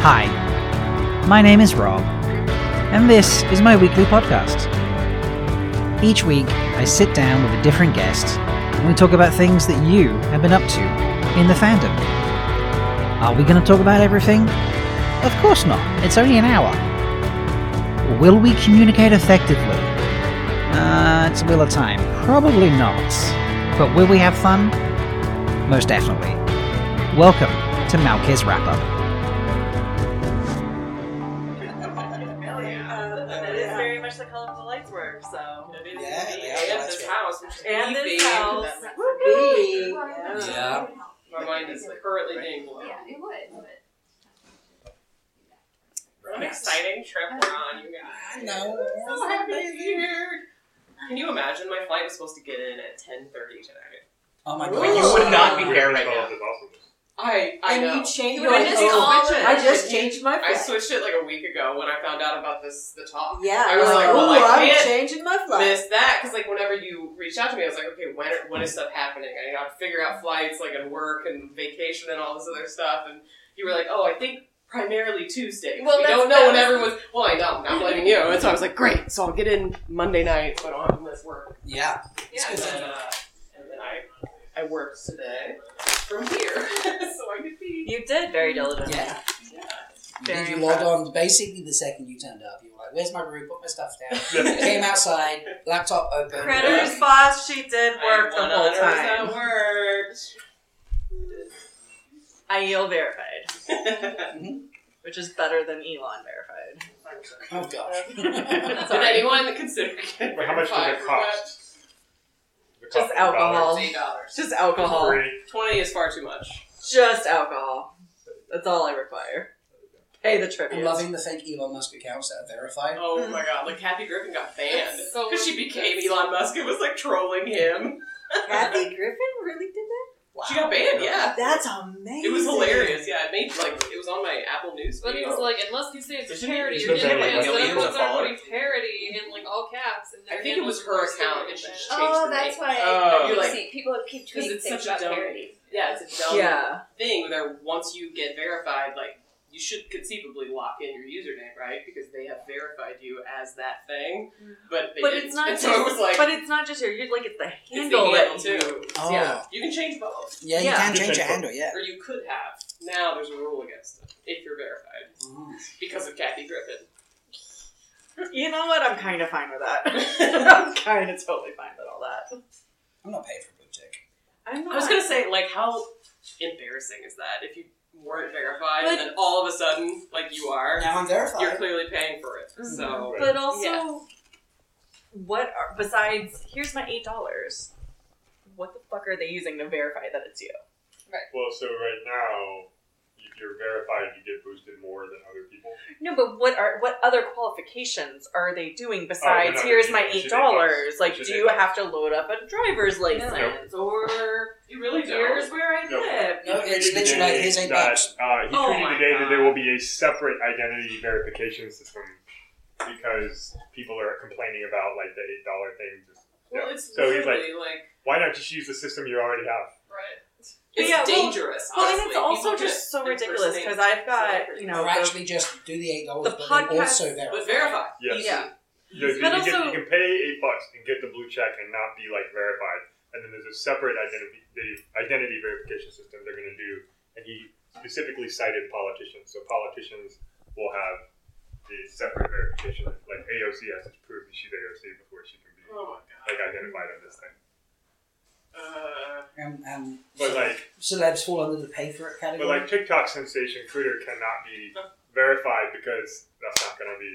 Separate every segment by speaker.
Speaker 1: Hi, my name is Rob, and this is my weekly podcast. Each week, I sit down with a different guest and we talk about things that you have been up to in the fandom. Are we going to talk about everything? Of course not, it's only an hour. Will we communicate effectively? Uh, it's a wheel of time. Probably not. But will we have fun? Most definitely. Welcome to Malki's Wrap Up.
Speaker 2: That is very much the color of the lights were, so.
Speaker 3: Yeah,
Speaker 2: And
Speaker 3: yeah,
Speaker 2: this
Speaker 3: that's right.
Speaker 2: house, which is
Speaker 4: And this
Speaker 2: leafy.
Speaker 4: house.
Speaker 2: Woo-hoo.
Speaker 3: Yeah.
Speaker 2: My mind is currently being blown.
Speaker 4: it would.
Speaker 2: What an exciting trip we're on, you
Speaker 3: I
Speaker 2: guys.
Speaker 3: know.
Speaker 2: So happy to be here. Can you imagine? My flight was supposed to get in at 10.30 tonight.
Speaker 3: Oh my
Speaker 2: Like, you
Speaker 3: god.
Speaker 2: would not be here right now.
Speaker 5: now.
Speaker 2: I, I
Speaker 6: and
Speaker 2: know.
Speaker 6: you change
Speaker 2: You
Speaker 6: your
Speaker 2: were just
Speaker 6: oh,
Speaker 2: switching.
Speaker 6: I just changed my
Speaker 2: I
Speaker 6: flight.
Speaker 2: switched it like a week ago when I found out about this, the talk.
Speaker 6: yeah,
Speaker 2: I was
Speaker 6: you're
Speaker 2: like, well,
Speaker 6: "Ooh,
Speaker 2: I
Speaker 6: I'm
Speaker 2: can't
Speaker 6: changing my flight.
Speaker 2: miss that because like whenever you reached out to me, I was like, okay, when when is stuff happening? I got to figure out flights, like and work and vacation and all this other stuff. And you were like, oh, I think primarily Tuesday.
Speaker 4: Well,
Speaker 2: we
Speaker 4: that's-
Speaker 2: don't know
Speaker 4: that
Speaker 2: when
Speaker 4: was-
Speaker 2: everyone's. Well, I know, not blaming you. And so I was like, great. So I'll get in Monday night, but I'll have to miss work.
Speaker 3: Yeah.
Speaker 2: and then, uh, and then I I worked today from here, so I could be.
Speaker 4: You did very diligently.
Speaker 3: Yeah.
Speaker 2: Yeah.
Speaker 3: Did you log on basically the second you turned up? You were like, where's my room? Put my stuff down. Came outside, laptop open.
Speaker 2: Creditors.
Speaker 4: Predator's boss, she did work the
Speaker 2: I
Speaker 4: whole time.
Speaker 2: 100% worked.
Speaker 4: I Eel verified,
Speaker 3: Mhm.
Speaker 4: which is better than Elon verified.
Speaker 3: Oh gosh.
Speaker 2: Did anyone consider?
Speaker 5: Wait, how much does it cost? The cost
Speaker 4: Just
Speaker 5: of
Speaker 4: alcohol.
Speaker 5: dollars.
Speaker 4: Just
Speaker 5: Free.
Speaker 4: alcohol.
Speaker 2: Twenty is far too much.
Speaker 4: Just alcohol. That's all I require. Pay the tribute.
Speaker 3: I'm loving the fake Elon Musk accounts that are verified.
Speaker 2: Oh my god, like Kathy Griffin got banned
Speaker 4: That's so
Speaker 2: because she became Elon Musk and was like trolling him.
Speaker 6: Kathy Griffin really did that? Wow.
Speaker 2: She got banned, yeah.
Speaker 6: That's amazing.
Speaker 2: It was hilarious, yeah. It made like it was on my Apple News.
Speaker 7: But he
Speaker 2: feed.
Speaker 7: was like, unless you say it's a
Speaker 5: Isn't it-
Speaker 7: parody,
Speaker 5: isn't
Speaker 7: you're
Speaker 5: it
Speaker 7: getting
Speaker 5: like
Speaker 7: banned. So
Speaker 5: a million
Speaker 7: everyone's
Speaker 5: followers?
Speaker 7: already parody in like all caps. And their
Speaker 2: I think it was
Speaker 7: handles
Speaker 2: her
Speaker 7: were still
Speaker 2: account, and she
Speaker 7: stupid.
Speaker 2: just changed
Speaker 8: Oh,
Speaker 2: the
Speaker 8: that's
Speaker 2: name.
Speaker 8: why
Speaker 2: Oh.
Speaker 8: I,
Speaker 2: You're
Speaker 8: you
Speaker 2: like-
Speaker 8: see people keep
Speaker 2: 'Cause
Speaker 8: tweeting
Speaker 2: it's
Speaker 8: things
Speaker 2: such a
Speaker 8: about
Speaker 2: dumb-
Speaker 8: parodies.
Speaker 2: Yeah, it's a dumb
Speaker 4: Yeah.
Speaker 2: thing where once you get verified, like you should conceivably lock in your username, right? Because they have verified you as that thing. But they
Speaker 4: Mm-hmm. But
Speaker 2: didn't.
Speaker 4: it's not
Speaker 2: And
Speaker 4: just.
Speaker 2: so it was like
Speaker 4: but it's not just your. You're like it's the
Speaker 2: it's the
Speaker 4: handle
Speaker 2: handle
Speaker 4: that
Speaker 2: too.
Speaker 3: Oh.
Speaker 2: Yeah, you can change both.
Speaker 3: Yeah, you
Speaker 4: Yeah.
Speaker 3: can
Speaker 5: You can
Speaker 3: change your
Speaker 5: put-
Speaker 3: handle, yeah.
Speaker 2: Or you could have. Now there's a rule against it if you're verified
Speaker 3: Mm-hmm.
Speaker 2: because of Kathy Griffin.
Speaker 4: You know what? I'm kind of fine with that.
Speaker 2: I
Speaker 4: I'm kind of totally fine with all that.
Speaker 3: I'm not paying for a blue tick.
Speaker 4: I'm not.
Speaker 2: was gonna say, like, how embarrassing is that if you weren't verified and then all of a sudden, like, you are,
Speaker 3: Now I'm
Speaker 2: you're
Speaker 3: verified.
Speaker 2: clearly paying for it. So
Speaker 4: But also,
Speaker 2: Yeah.
Speaker 4: what are besides? Here's my eight dollars. What the fuck are they using to verify that it's you?
Speaker 5: Well, so right now, if you're verified, you get boosted more than other people.
Speaker 4: No, but what are what other qualifications are they doing
Speaker 5: Oh, they're
Speaker 4: besides?
Speaker 5: not
Speaker 4: here's
Speaker 5: doing
Speaker 4: my
Speaker 5: that. Should
Speaker 4: eight
Speaker 5: they
Speaker 4: dollars.
Speaker 5: just-
Speaker 4: Like,
Speaker 5: should
Speaker 4: do
Speaker 5: they
Speaker 4: you
Speaker 5: just-
Speaker 4: have to load up a driver's license or
Speaker 2: you really
Speaker 4: here's
Speaker 2: don't.
Speaker 4: where I
Speaker 5: Nope.
Speaker 4: live?
Speaker 3: No, it's
Speaker 5: Tweeted
Speaker 3: literally
Speaker 5: today
Speaker 3: like, here's eight
Speaker 5: that,
Speaker 3: bucks.
Speaker 5: Uh, he
Speaker 2: Oh my
Speaker 5: tweeted today that there
Speaker 2: God.
Speaker 5: will be a separate identity verification system because people are complaining about like the eight dollar thing. Just,
Speaker 2: Well,
Speaker 5: yeah.
Speaker 2: it's
Speaker 5: so he's like,
Speaker 2: literally like,
Speaker 5: why not just use the system you already have?
Speaker 7: Right.
Speaker 2: it's
Speaker 4: Yeah, well-
Speaker 2: dangerous.
Speaker 4: Well, and
Speaker 2: honestly.
Speaker 4: it's also
Speaker 2: People
Speaker 4: just so
Speaker 2: get
Speaker 4: ridiculous
Speaker 2: impersonate
Speaker 4: because I've got you know
Speaker 3: Or
Speaker 4: the
Speaker 3: actually just do the eight dollars,
Speaker 4: the
Speaker 3: but then
Speaker 4: podcast-
Speaker 3: also
Speaker 2: But
Speaker 3: verify.
Speaker 2: verify.
Speaker 5: Yes.
Speaker 2: Easy.
Speaker 4: Yeah.
Speaker 5: You, know,
Speaker 4: But
Speaker 5: you get-
Speaker 4: also-
Speaker 5: you can pay eight bucks and get the blue check and not be like verified, and then there's a separate identity identity verification system they're going to do. And he specifically cited politicians, so politicians will have the separate verification. Like AOC has to prove that she's AOC before she can be
Speaker 2: Oh
Speaker 5: like identified on this thing.
Speaker 2: my god. Uh,
Speaker 3: Um, um,
Speaker 5: But like,
Speaker 3: celebs fall under the pay for it
Speaker 5: but
Speaker 3: category.
Speaker 5: like TikTok sensation Critter cannot be verified because that's not going to be.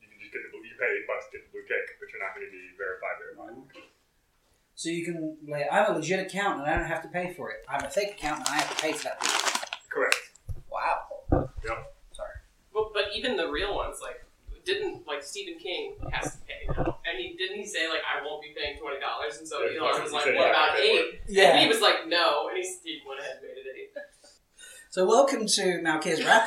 Speaker 5: You can just get the blue. You pay eight bucks to get the blue tick, but you're not going to be verified. verified.
Speaker 3: So you can like, I'm a legit account and I don't have to pay for it. I'm a fake account and I have to pay for that.
Speaker 5: Correct.
Speaker 3: Wow.
Speaker 5: Yep.
Speaker 3: Sorry.
Speaker 2: Well, but even the real ones, like, didn't like Stephen King has to pay now, and he didn't he say like I won't be paying twenty dollars, and so
Speaker 5: Yeah,
Speaker 2: Elon
Speaker 5: he
Speaker 2: was like,
Speaker 5: said,
Speaker 2: what
Speaker 5: yeah,
Speaker 2: about
Speaker 5: okay,
Speaker 2: eight? And he was like, no, and he Steve went ahead and made it eight.
Speaker 3: So welcome to Now Kids Wrap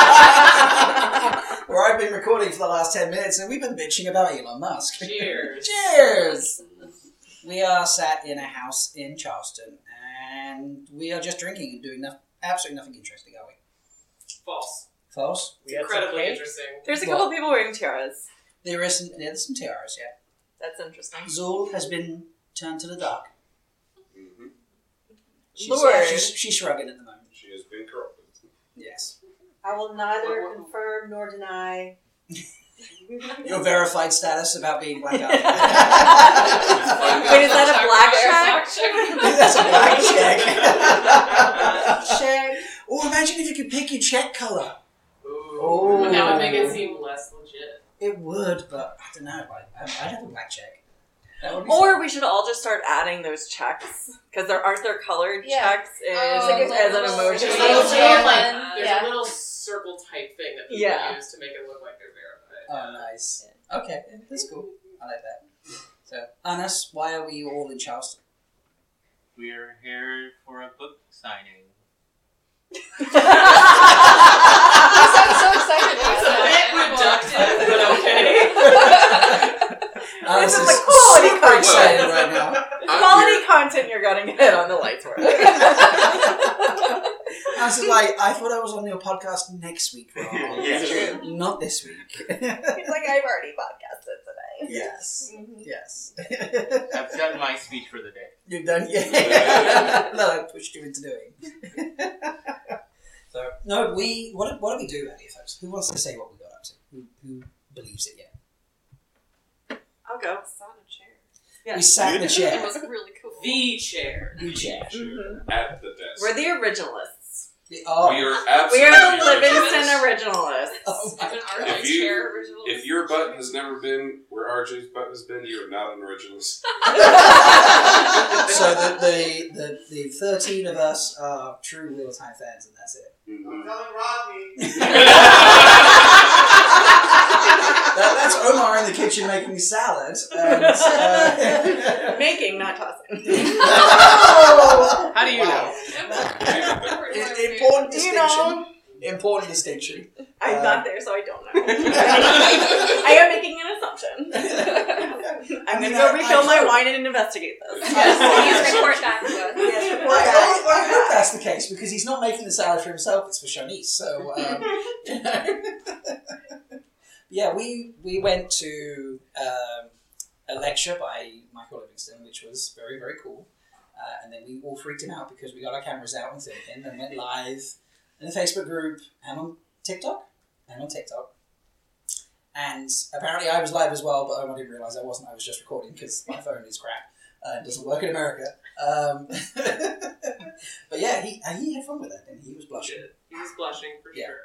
Speaker 3: Up, where I've been recording for the last ten minutes and we've been bitching about Elon Musk.
Speaker 2: Cheers.
Speaker 3: Cheers. We are sat in a house in Charleston and we are just drinking and doing no- absolutely nothing interesting, are we?
Speaker 2: False.
Speaker 3: False.
Speaker 2: It's incredibly interesting.
Speaker 4: There's a
Speaker 3: Well-
Speaker 4: couple people wearing tiaras.
Speaker 3: There is some, yeah, there's some terrors, yeah.
Speaker 4: That's interesting.
Speaker 3: Zul has been turned to the dark.
Speaker 8: Mm-hmm.
Speaker 3: She's,
Speaker 4: Lord.
Speaker 3: she's, she's shrugging at the moment.
Speaker 8: She has been corrupted.
Speaker 3: Yes.
Speaker 6: I will neither
Speaker 2: What- what-
Speaker 6: confirm nor deny.
Speaker 3: Your verified status about being black out.
Speaker 4: Wait, is that a black
Speaker 3: That's a black check.
Speaker 6: Check.
Speaker 3: oh, imagine if you could pick your check color.
Speaker 2: Ooh.
Speaker 3: Oh.
Speaker 2: But that would make it seem less legit.
Speaker 3: It would, but I don't know. Like, um, I- I'd have a black check. That would be
Speaker 4: Or we should all just start adding those checks because there aren't there colored
Speaker 9: Yeah.
Speaker 4: checks in,
Speaker 9: Oh,
Speaker 4: as
Speaker 9: like
Speaker 4: an
Speaker 9: a little-
Speaker 4: emoji.
Speaker 2: There's a
Speaker 9: Yeah.
Speaker 2: little,
Speaker 9: Yeah.
Speaker 2: like, there's
Speaker 9: Yeah.
Speaker 2: a little circle type thing that people
Speaker 4: Yeah.
Speaker 2: use to make it look like they're verified.
Speaker 3: Oh, nice. Okay, that's cool. I like that. So, Anas, why are we all in Charleston?
Speaker 10: We're here for a book signing.
Speaker 9: You sound so excited about
Speaker 2: It's a
Speaker 9: that.
Speaker 2: bit reductive, but okay.
Speaker 3: Anas
Speaker 4: is
Speaker 3: is
Speaker 4: like quality
Speaker 3: super
Speaker 4: content.
Speaker 3: excited right now.
Speaker 4: Quality content you're getting hit on the lights work.
Speaker 3: Anas is like, I thought I was on your podcast next week, Rob.
Speaker 8: Yeah.
Speaker 3: not this week.
Speaker 9: He's like, I've already podcasted today.
Speaker 3: yes,
Speaker 4: Mm-hmm.
Speaker 3: yes.
Speaker 10: I've done my speech for the day.
Speaker 3: You've done, yeah. no, I pushed you into doing. so, no, we. What do, what do we do out here, folks? Who wants to say what we got up to? Who, who believes it yet?
Speaker 4: I'll go.
Speaker 3: We sat in the
Speaker 7: It
Speaker 3: chair.
Speaker 7: was really cool.
Speaker 2: The chair.
Speaker 3: We chair.
Speaker 8: At the desk.
Speaker 4: We're the originalists.
Speaker 3: The- Oh,
Speaker 8: We are absolutely
Speaker 4: We are the
Speaker 8: originals.
Speaker 4: Livingston originalists.
Speaker 3: oh my
Speaker 7: It's an
Speaker 8: If
Speaker 7: artist
Speaker 8: you-
Speaker 7: chair original.
Speaker 8: If your butt has never been where RJ's butt has been, you are not an originalist.
Speaker 3: so the, the, the, the 13 of us are true real time fans, and that's it.
Speaker 2: telling Rodney.
Speaker 3: That- that's Omar in the kitchen making me salad. And, uh,
Speaker 4: Making, not tossing.
Speaker 3: Oh!
Speaker 2: How do you
Speaker 3: Wow. I- Important
Speaker 4: Do you
Speaker 3: distinction.
Speaker 4: know?
Speaker 3: Important distinction.
Speaker 4: I'm
Speaker 3: Uh,
Speaker 4: not there, so I don't know. I am making an assumption. I'm
Speaker 3: mean,
Speaker 4: gonna go
Speaker 3: I-
Speaker 4: refill
Speaker 3: I
Speaker 4: my
Speaker 3: hope-
Speaker 4: wine and investigate this.
Speaker 3: Yes.
Speaker 7: Please report back to us.
Speaker 3: I, I, I hope that's the case because he's not making the salad for himself; it's for Shanice. So, um, you know. yeah, we we went to um, a lecture by Michael Livingston, which was very very cool. Uh, and then we all freaked him out because we got our cameras out and filmed him and went live in the Facebook group and on TikTok and on TikTok. And apparently, I was live as well, but I didn't realize I wasn't. I was just recording because my phone is crap uh, it doesn't work in America. Um, but yeah, he and he had fun with that, and he was blushing.
Speaker 2: He was blushing for
Speaker 3: Yeah.
Speaker 2: sure.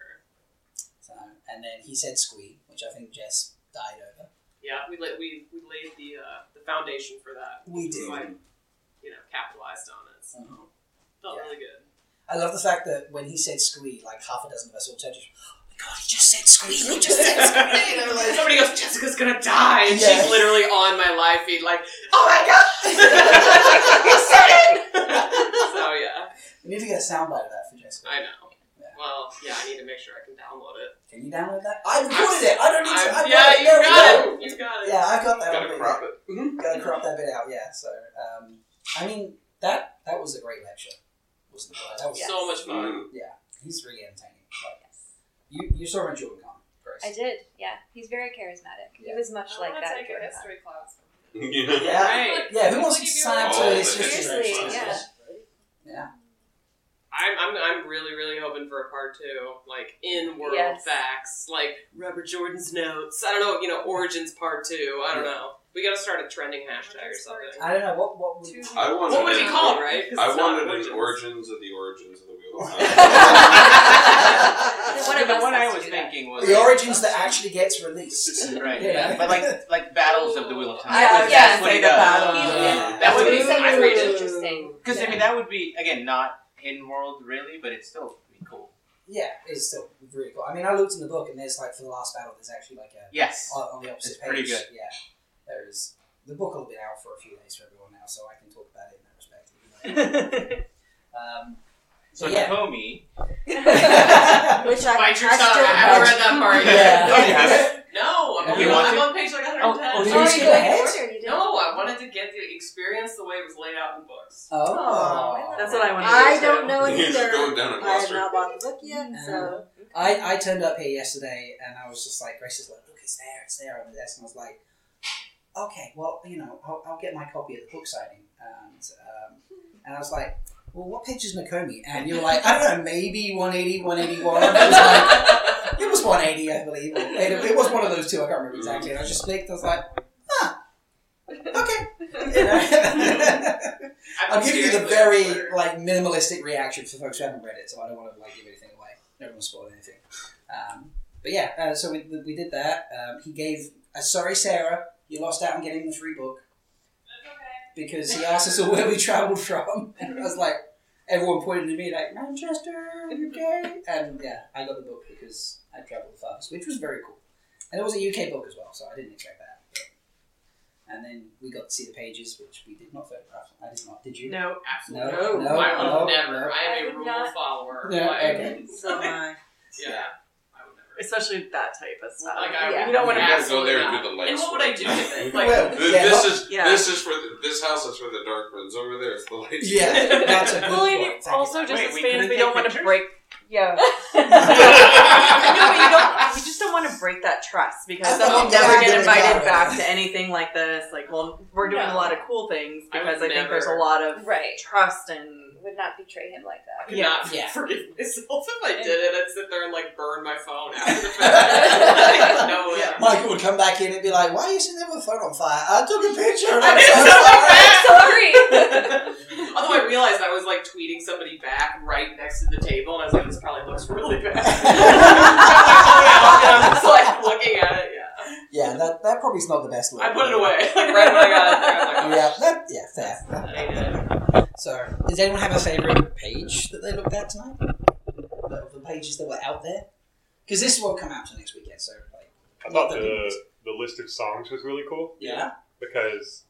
Speaker 3: So, and then he said "squeak," which I think Jess died over.
Speaker 2: Yeah, we laid we, we laid the uh, the foundation for that.
Speaker 3: We
Speaker 2: So
Speaker 3: do.
Speaker 2: I, you know, capitalized on it. So
Speaker 3: Uh-huh.
Speaker 2: felt
Speaker 3: Yeah.
Speaker 2: really good.
Speaker 3: I love the fact that when he said "squeak," like half a dozen of us all turned to each other, "Oh my god, he just said squeak! He just said squeak!" And I was like,
Speaker 2: Somebody goes, Jessica's gonna die, and
Speaker 3: Yeah.
Speaker 2: she's literally on my live feed, like, oh my god,
Speaker 3: He
Speaker 2: So yeah,
Speaker 3: we need to get a soundbite of that for Jessica.
Speaker 2: I know.
Speaker 3: Yeah.
Speaker 2: Well, yeah, I need to make sure I can download it.
Speaker 3: Can you download that? I recorded it. I don't need to.
Speaker 2: I'm-
Speaker 3: I've
Speaker 2: yeah,
Speaker 3: got it.
Speaker 2: you
Speaker 3: There we
Speaker 2: got
Speaker 3: go.
Speaker 2: it. You got it.
Speaker 3: Yeah, I've got that.
Speaker 8: Gotta
Speaker 3: already. Mm-hmm.
Speaker 8: crop it.
Speaker 3: gotta crop that bit out. Yeah. So, um, I mean, that that was a great lecture, wasn't it? That was
Speaker 2: So much fun.
Speaker 8: Mm.
Speaker 3: He's really entertaining. Like, you you saw him at Jordan Con, Grace.
Speaker 9: I did, yeah. He's very charismatic. He was much
Speaker 7: I
Speaker 9: Oh, like
Speaker 7: want to
Speaker 9: that.
Speaker 7: take a
Speaker 9: growing up.
Speaker 7: history class.
Speaker 8: Yeah.
Speaker 3: Yeah.
Speaker 2: Right.
Speaker 3: Yeah. Who wants to
Speaker 7: Give you
Speaker 3: sign up to
Speaker 8: all
Speaker 3: his
Speaker 8: the
Speaker 3: history
Speaker 9: Seriously,
Speaker 3: classes?
Speaker 9: yeah.
Speaker 2: I'm, I'm, I'm really, really hoping for a part two, like in world
Speaker 9: Yes.
Speaker 2: facts, like Robert Jordan's notes. I don't know, you know, origins part two. I don't know. We gotta start a trending hashtag or
Speaker 7: Origins part
Speaker 2: something.
Speaker 3: I don't know what what would.
Speaker 8: I wanted.
Speaker 2: What would it be called, right? 'Cause
Speaker 8: I
Speaker 2: it's not
Speaker 8: wanted an origins of the origins of the wheel.
Speaker 9: The
Speaker 10: So
Speaker 9: one of
Speaker 10: the
Speaker 9: us
Speaker 10: one
Speaker 9: has
Speaker 10: I
Speaker 9: to
Speaker 10: was
Speaker 9: do that.
Speaker 10: thinking was
Speaker 3: The origins that actually gets released.
Speaker 10: Right.
Speaker 3: Yeah.
Speaker 10: But like like battles of the Wheel of Time.
Speaker 9: Yeah, I was
Speaker 10: That's
Speaker 9: gonna
Speaker 10: what
Speaker 4: say
Speaker 10: he
Speaker 4: the
Speaker 10: does.
Speaker 4: battle.
Speaker 3: Yeah.
Speaker 2: That would be
Speaker 9: Ooh.
Speaker 2: I read it.
Speaker 9: Interesting.
Speaker 10: Because I
Speaker 3: Yeah.
Speaker 10: mean that would be again not in world really, but it's still pretty cool.
Speaker 3: Yeah, it's still really cool. I mean, I looked in the book, and there's like for the last battle, there's actually like a
Speaker 10: Yes.
Speaker 3: on, on the opposite
Speaker 10: It's
Speaker 3: page.
Speaker 10: pretty good.
Speaker 3: Yeah, there is. The book will be out for a few days for everyone now, so I can talk about it in that respect. um,
Speaker 10: So
Speaker 3: Yeah.
Speaker 10: Naomi,
Speaker 9: Which I
Speaker 2: Bite your
Speaker 9: I
Speaker 2: tongue.
Speaker 9: still-
Speaker 2: I haven't read that part yet.
Speaker 3: yeah.
Speaker 10: have it?
Speaker 2: No, I'm,
Speaker 10: You
Speaker 2: on,
Speaker 10: want
Speaker 2: I'm
Speaker 10: to?
Speaker 2: on page like
Speaker 3: Oh,
Speaker 2: 110.
Speaker 9: Oh,
Speaker 3: Did you
Speaker 9: you
Speaker 3: skip
Speaker 9: did
Speaker 3: ahead?
Speaker 9: order, you did.
Speaker 2: no, I wanted to get to experience the way it was laid out in books.
Speaker 3: Oh.
Speaker 4: That's what I want to do.
Speaker 6: I
Speaker 4: too.
Speaker 6: don't know it
Speaker 8: You're just
Speaker 6: either.
Speaker 8: going down a
Speaker 6: I have
Speaker 8: cluster.
Speaker 6: not bought the book yet, so
Speaker 3: I, I turned up here yesterday and I was just like, Grace is like, look, it's there, it's there on the desk. And I was like, okay, well, you know, I'll, I'll get my copy at the book signing. And, um, and I was like, well, what page is Nakomi? And you were like, I don't know, maybe 180, 181. And I was like, it was 180, I believe. or It, it was one of those two, I can't remember exactly. And I was just like, I was like, ah, okay. You know?
Speaker 2: I've
Speaker 3: I'm
Speaker 2: been
Speaker 3: giving you the
Speaker 2: seriously
Speaker 3: very
Speaker 2: bored.
Speaker 3: like minimalistic reaction for folks who haven't read it, so I don't want to like give anything away. I don't want to spoil anything. Um, but yeah, uh, so we, we did that. Um, he gave uh, sorry Sarah, you lost out on getting the free book because he asked us all where we travelled from, and I was like, everyone pointed at me like Manchester, UK, and yeah, I got the book because I travelled the fastest, which was very cool, and it was a UK book as well, so I didn't expect that. And then we got to see the pages, which we did not photograph. I did not. Did you?
Speaker 4: No.
Speaker 2: Absolutely.
Speaker 3: No, no,
Speaker 2: I would
Speaker 3: no,
Speaker 2: never. I
Speaker 3: no.
Speaker 2: am
Speaker 4: I
Speaker 2: a
Speaker 4: would
Speaker 2: rule
Speaker 4: not-
Speaker 2: follower.
Speaker 3: Yeah,
Speaker 2: like,
Speaker 3: okay.
Speaker 6: so am I.
Speaker 2: yeah. I would never.
Speaker 4: Especially that type of stuff.
Speaker 2: Like, I
Speaker 4: yeah.
Speaker 2: would
Speaker 4: You don't want
Speaker 8: You
Speaker 4: to.
Speaker 8: gotta
Speaker 2: ask
Speaker 8: go there and
Speaker 2: about-
Speaker 8: do the lights
Speaker 2: And what would I
Speaker 8: work.
Speaker 2: do with it?
Speaker 3: Well,
Speaker 2: Like,
Speaker 8: Th-
Speaker 3: yeah,
Speaker 8: This is
Speaker 4: Yeah.
Speaker 8: this is for the, this house is for the dark ones. Over there, it's the lights.
Speaker 3: Yeah, that's a good
Speaker 4: Well, and
Speaker 3: point.
Speaker 4: it's
Speaker 3: Thank you.
Speaker 4: also just
Speaker 10: Wait,
Speaker 4: as
Speaker 10: we
Speaker 4: fans,
Speaker 10: couldn't
Speaker 4: we
Speaker 10: take
Speaker 4: don't want to
Speaker 10: pictures?
Speaker 4: break.
Speaker 9: Yeah.
Speaker 4: No, but you don't. We just don't want to break that trust
Speaker 3: I
Speaker 4: because then we'll
Speaker 3: thought you
Speaker 4: never
Speaker 3: guys
Speaker 4: get
Speaker 3: did a
Speaker 4: invited
Speaker 3: job.
Speaker 4: back to anything like this. Like, well, we're doing
Speaker 2: No.
Speaker 4: a lot of cool things
Speaker 2: I would
Speaker 4: because I, think there's a
Speaker 2: never-
Speaker 4: lot of
Speaker 9: Right.
Speaker 4: trust and
Speaker 9: Would not betray him like
Speaker 2: I
Speaker 9: that.
Speaker 2: could
Speaker 4: Yeah.
Speaker 2: not
Speaker 3: Yeah.
Speaker 2: forgive myself if I did it. I'd sit there and like burn my phone after the fact. like, no way.
Speaker 4: Yeah.
Speaker 3: Michael would come back in and be like, "Why are you sitting there with the phone on fire? I took a picture." And
Speaker 2: I
Speaker 3: I'm
Speaker 2: did
Speaker 3: so
Speaker 2: something
Speaker 3: sorry."
Speaker 2: bad.
Speaker 9: Sorry.
Speaker 2: Although I realized I was like tweeting somebody back right next to the table, and I was like, "This probably looks really bad." I'm just like looking at it. Yeah,
Speaker 3: Yeah, that that probably is not the best look.
Speaker 2: I put it away like right when I got it. There. I was like,
Speaker 3: Yeah, that, yeah, fair.
Speaker 2: oh, shit, I did it.
Speaker 3: So, does anyone have a favorite page that they looked at tonight? The, the pages that were out there, because this won't come out till next weekend. So, like,
Speaker 5: I thought the the list of songs was really cool
Speaker 3: yeah,
Speaker 5: because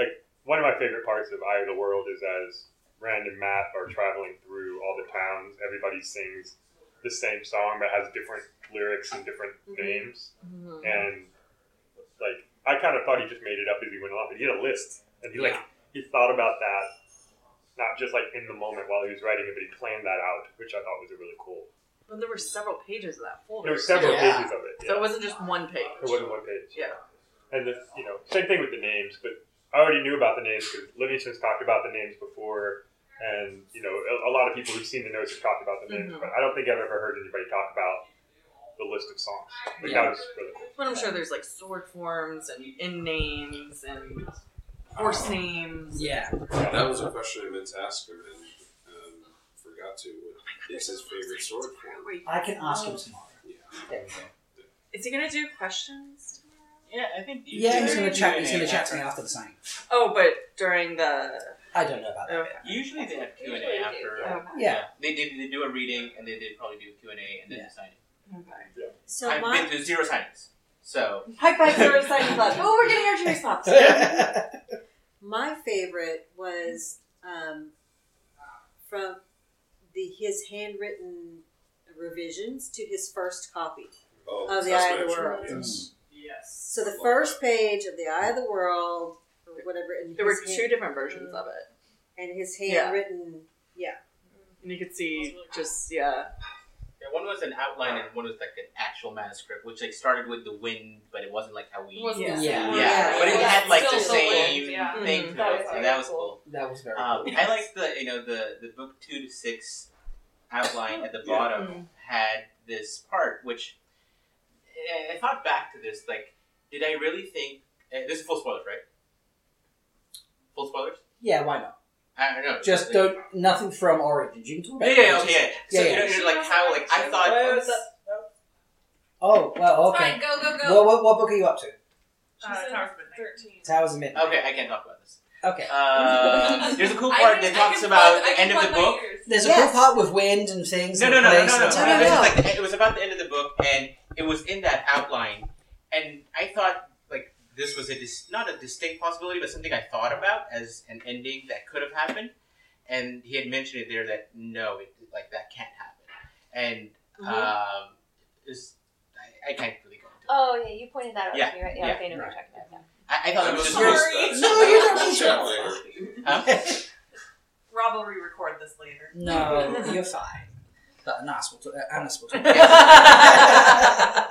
Speaker 5: like one of my favorite parts of Eye of the World is as Rand and Matt are traveling through all the towns, everybody sings the same song but has different lyrics and different
Speaker 2: Mm-hmm.
Speaker 5: names.
Speaker 4: mm-hmm.
Speaker 5: And like I kind of thought he just made it up as he went along, but he had a list and he like he thought about that not just like in the moment while he was writing it, but he planned that out, which I thought was really cool.
Speaker 4: Well, there were several pages of that folder.
Speaker 5: There were several
Speaker 3: Yeah.
Speaker 5: pages of it. yeah.
Speaker 4: So it wasn't just one page.
Speaker 5: It wasn't one page.
Speaker 4: Yeah.
Speaker 5: And the you know same thing with the names, but I already knew about the names because Livingston's talked about the names before, and you know a, a lot of people who've seen the notes have talked about the names,
Speaker 4: Mhm.
Speaker 5: but I don't think I've ever heard anybody talk about the list of songs. Like,
Speaker 3: Yeah.
Speaker 5: That was really cool.
Speaker 4: But I'm sure there's like sword forms and in names
Speaker 5: Um,
Speaker 4: and horse names.
Speaker 3: yeah.
Speaker 8: That was a question I meant to ask him and um, forgot to. It's his favorite sword form.
Speaker 4: Wait,
Speaker 3: I can ask him tomorrow.
Speaker 8: Yeah.
Speaker 3: There we go.
Speaker 4: is he gonna do questions?
Speaker 10: Yeah, I think. you
Speaker 3: Yeah,
Speaker 10: do
Speaker 3: he's
Speaker 10: it.
Speaker 3: gonna
Speaker 10: You
Speaker 3: chat.
Speaker 10: do
Speaker 3: He's
Speaker 10: it
Speaker 3: gonna
Speaker 10: after.
Speaker 3: chat to me after the sign.
Speaker 4: Oh, but during the
Speaker 3: I don't know about that.
Speaker 10: Oh.
Speaker 4: okay.
Speaker 10: Usually they have Q and
Speaker 9: Usually
Speaker 10: A
Speaker 9: do, Oh,
Speaker 10: after. uh,
Speaker 4: yeah.
Speaker 3: Yeah,
Speaker 10: They did. They do a reading, and they did probably do Q and A, and then
Speaker 3: Yeah.
Speaker 10: sign it.
Speaker 4: Okay.
Speaker 6: So
Speaker 10: I've
Speaker 6: my
Speaker 10: been to zero signings, so
Speaker 6: high five zero sign club. Oh, we're getting our cherry pops. my favorite was um, from the his handwritten revisions to his first copy.
Speaker 8: Oh,
Speaker 6: Of the
Speaker 8: that's
Speaker 6: Eye of
Speaker 8: what
Speaker 6: the
Speaker 8: I
Speaker 6: World.
Speaker 8: forgot,
Speaker 3: Mm,
Speaker 8: Yes.
Speaker 2: Yes.
Speaker 6: So the first page of the Eye of the World, or whatever, and
Speaker 4: There were
Speaker 6: his
Speaker 4: two different versions of it,
Speaker 6: hand, and his
Speaker 4: Yeah.
Speaker 6: handwritten.
Speaker 4: and you could see just yeah.
Speaker 10: yeah, one was an outline, and one was like an actual manuscript, which like started with the wind, but it wasn't like how we.
Speaker 7: It wasn't
Speaker 4: Yeah.
Speaker 7: the
Speaker 3: Yeah.
Speaker 10: yeah,
Speaker 7: same.
Speaker 3: Yeah.
Speaker 10: but it
Speaker 7: Yeah.
Speaker 10: had like the
Speaker 7: Still the wind,
Speaker 10: same
Speaker 7: yeah.
Speaker 10: thing to
Speaker 4: Mm.
Speaker 9: Mm-hmm.
Speaker 10: it,
Speaker 9: That was
Speaker 10: and that was
Speaker 9: very
Speaker 10: cool.
Speaker 3: that was very.
Speaker 10: Um,
Speaker 3: cool.
Speaker 10: I like the you know the the book two to six outline at the
Speaker 8: Yeah.
Speaker 10: bottom
Speaker 4: Mm.
Speaker 10: had this part which eh, I- I thought back to this like did I really think uh, this is full spoilers right? Full spoilers?
Speaker 3: Yeah, why not?
Speaker 10: I don't know.
Speaker 3: Just
Speaker 10: Like-
Speaker 3: don't. Nothing from Origins. You can talk
Speaker 10: Yeah,
Speaker 3: about.
Speaker 10: yeah,
Speaker 3: Origins.
Speaker 10: okay, yeah. So
Speaker 3: Yeah,
Speaker 10: you
Speaker 3: yeah.
Speaker 10: know, you're like how like I
Speaker 8: Uh,
Speaker 10: thought.
Speaker 3: Oh well,
Speaker 7: It's
Speaker 3: okay.
Speaker 7: Fine, go, go, go.
Speaker 3: Well, what, what book are you up to?
Speaker 7: She said
Speaker 4: Tower of
Speaker 7: 13.
Speaker 3: Towers of Midnight.
Speaker 10: Okay, I can't talk about this.
Speaker 3: Okay.
Speaker 10: Uh, there's a cool
Speaker 7: I
Speaker 10: part
Speaker 7: can-
Speaker 10: that
Speaker 7: I
Speaker 10: talks
Speaker 7: can
Speaker 10: about
Speaker 7: plug- I
Speaker 10: the
Speaker 7: can
Speaker 10: end of the
Speaker 7: plug my
Speaker 10: book.
Speaker 7: ears.
Speaker 3: There's a
Speaker 6: Yes.
Speaker 3: cool part with wind and things.
Speaker 10: No,
Speaker 3: and
Speaker 10: no, no, no,
Speaker 3: place
Speaker 10: no, no.
Speaker 3: and
Speaker 10: It
Speaker 3: time.
Speaker 10: was, just like, it was about the end of the book, and it was in that outline, and I thought like this was a dis- not a distinct possibility, but something I thought about as an ending that could have happened, and he had mentioned it there that no, it, like that can't happen, and
Speaker 8: Uh,
Speaker 10: um, it's, I, I can't really go into it.
Speaker 9: Oh yeah, you pointed that out
Speaker 10: Yeah,
Speaker 9: to me, right? Yeah,
Speaker 10: yeah,
Speaker 9: okay, I know what you're talking about.
Speaker 10: I, I thought it was just.
Speaker 8: Sorry.
Speaker 3: No, you don't need
Speaker 8: We'll
Speaker 3: to.
Speaker 8: chat later.
Speaker 10: Huh?
Speaker 4: Rob will re-record this later.
Speaker 3: No, you're fine. But Nas will talk. Uh, Anas will talk.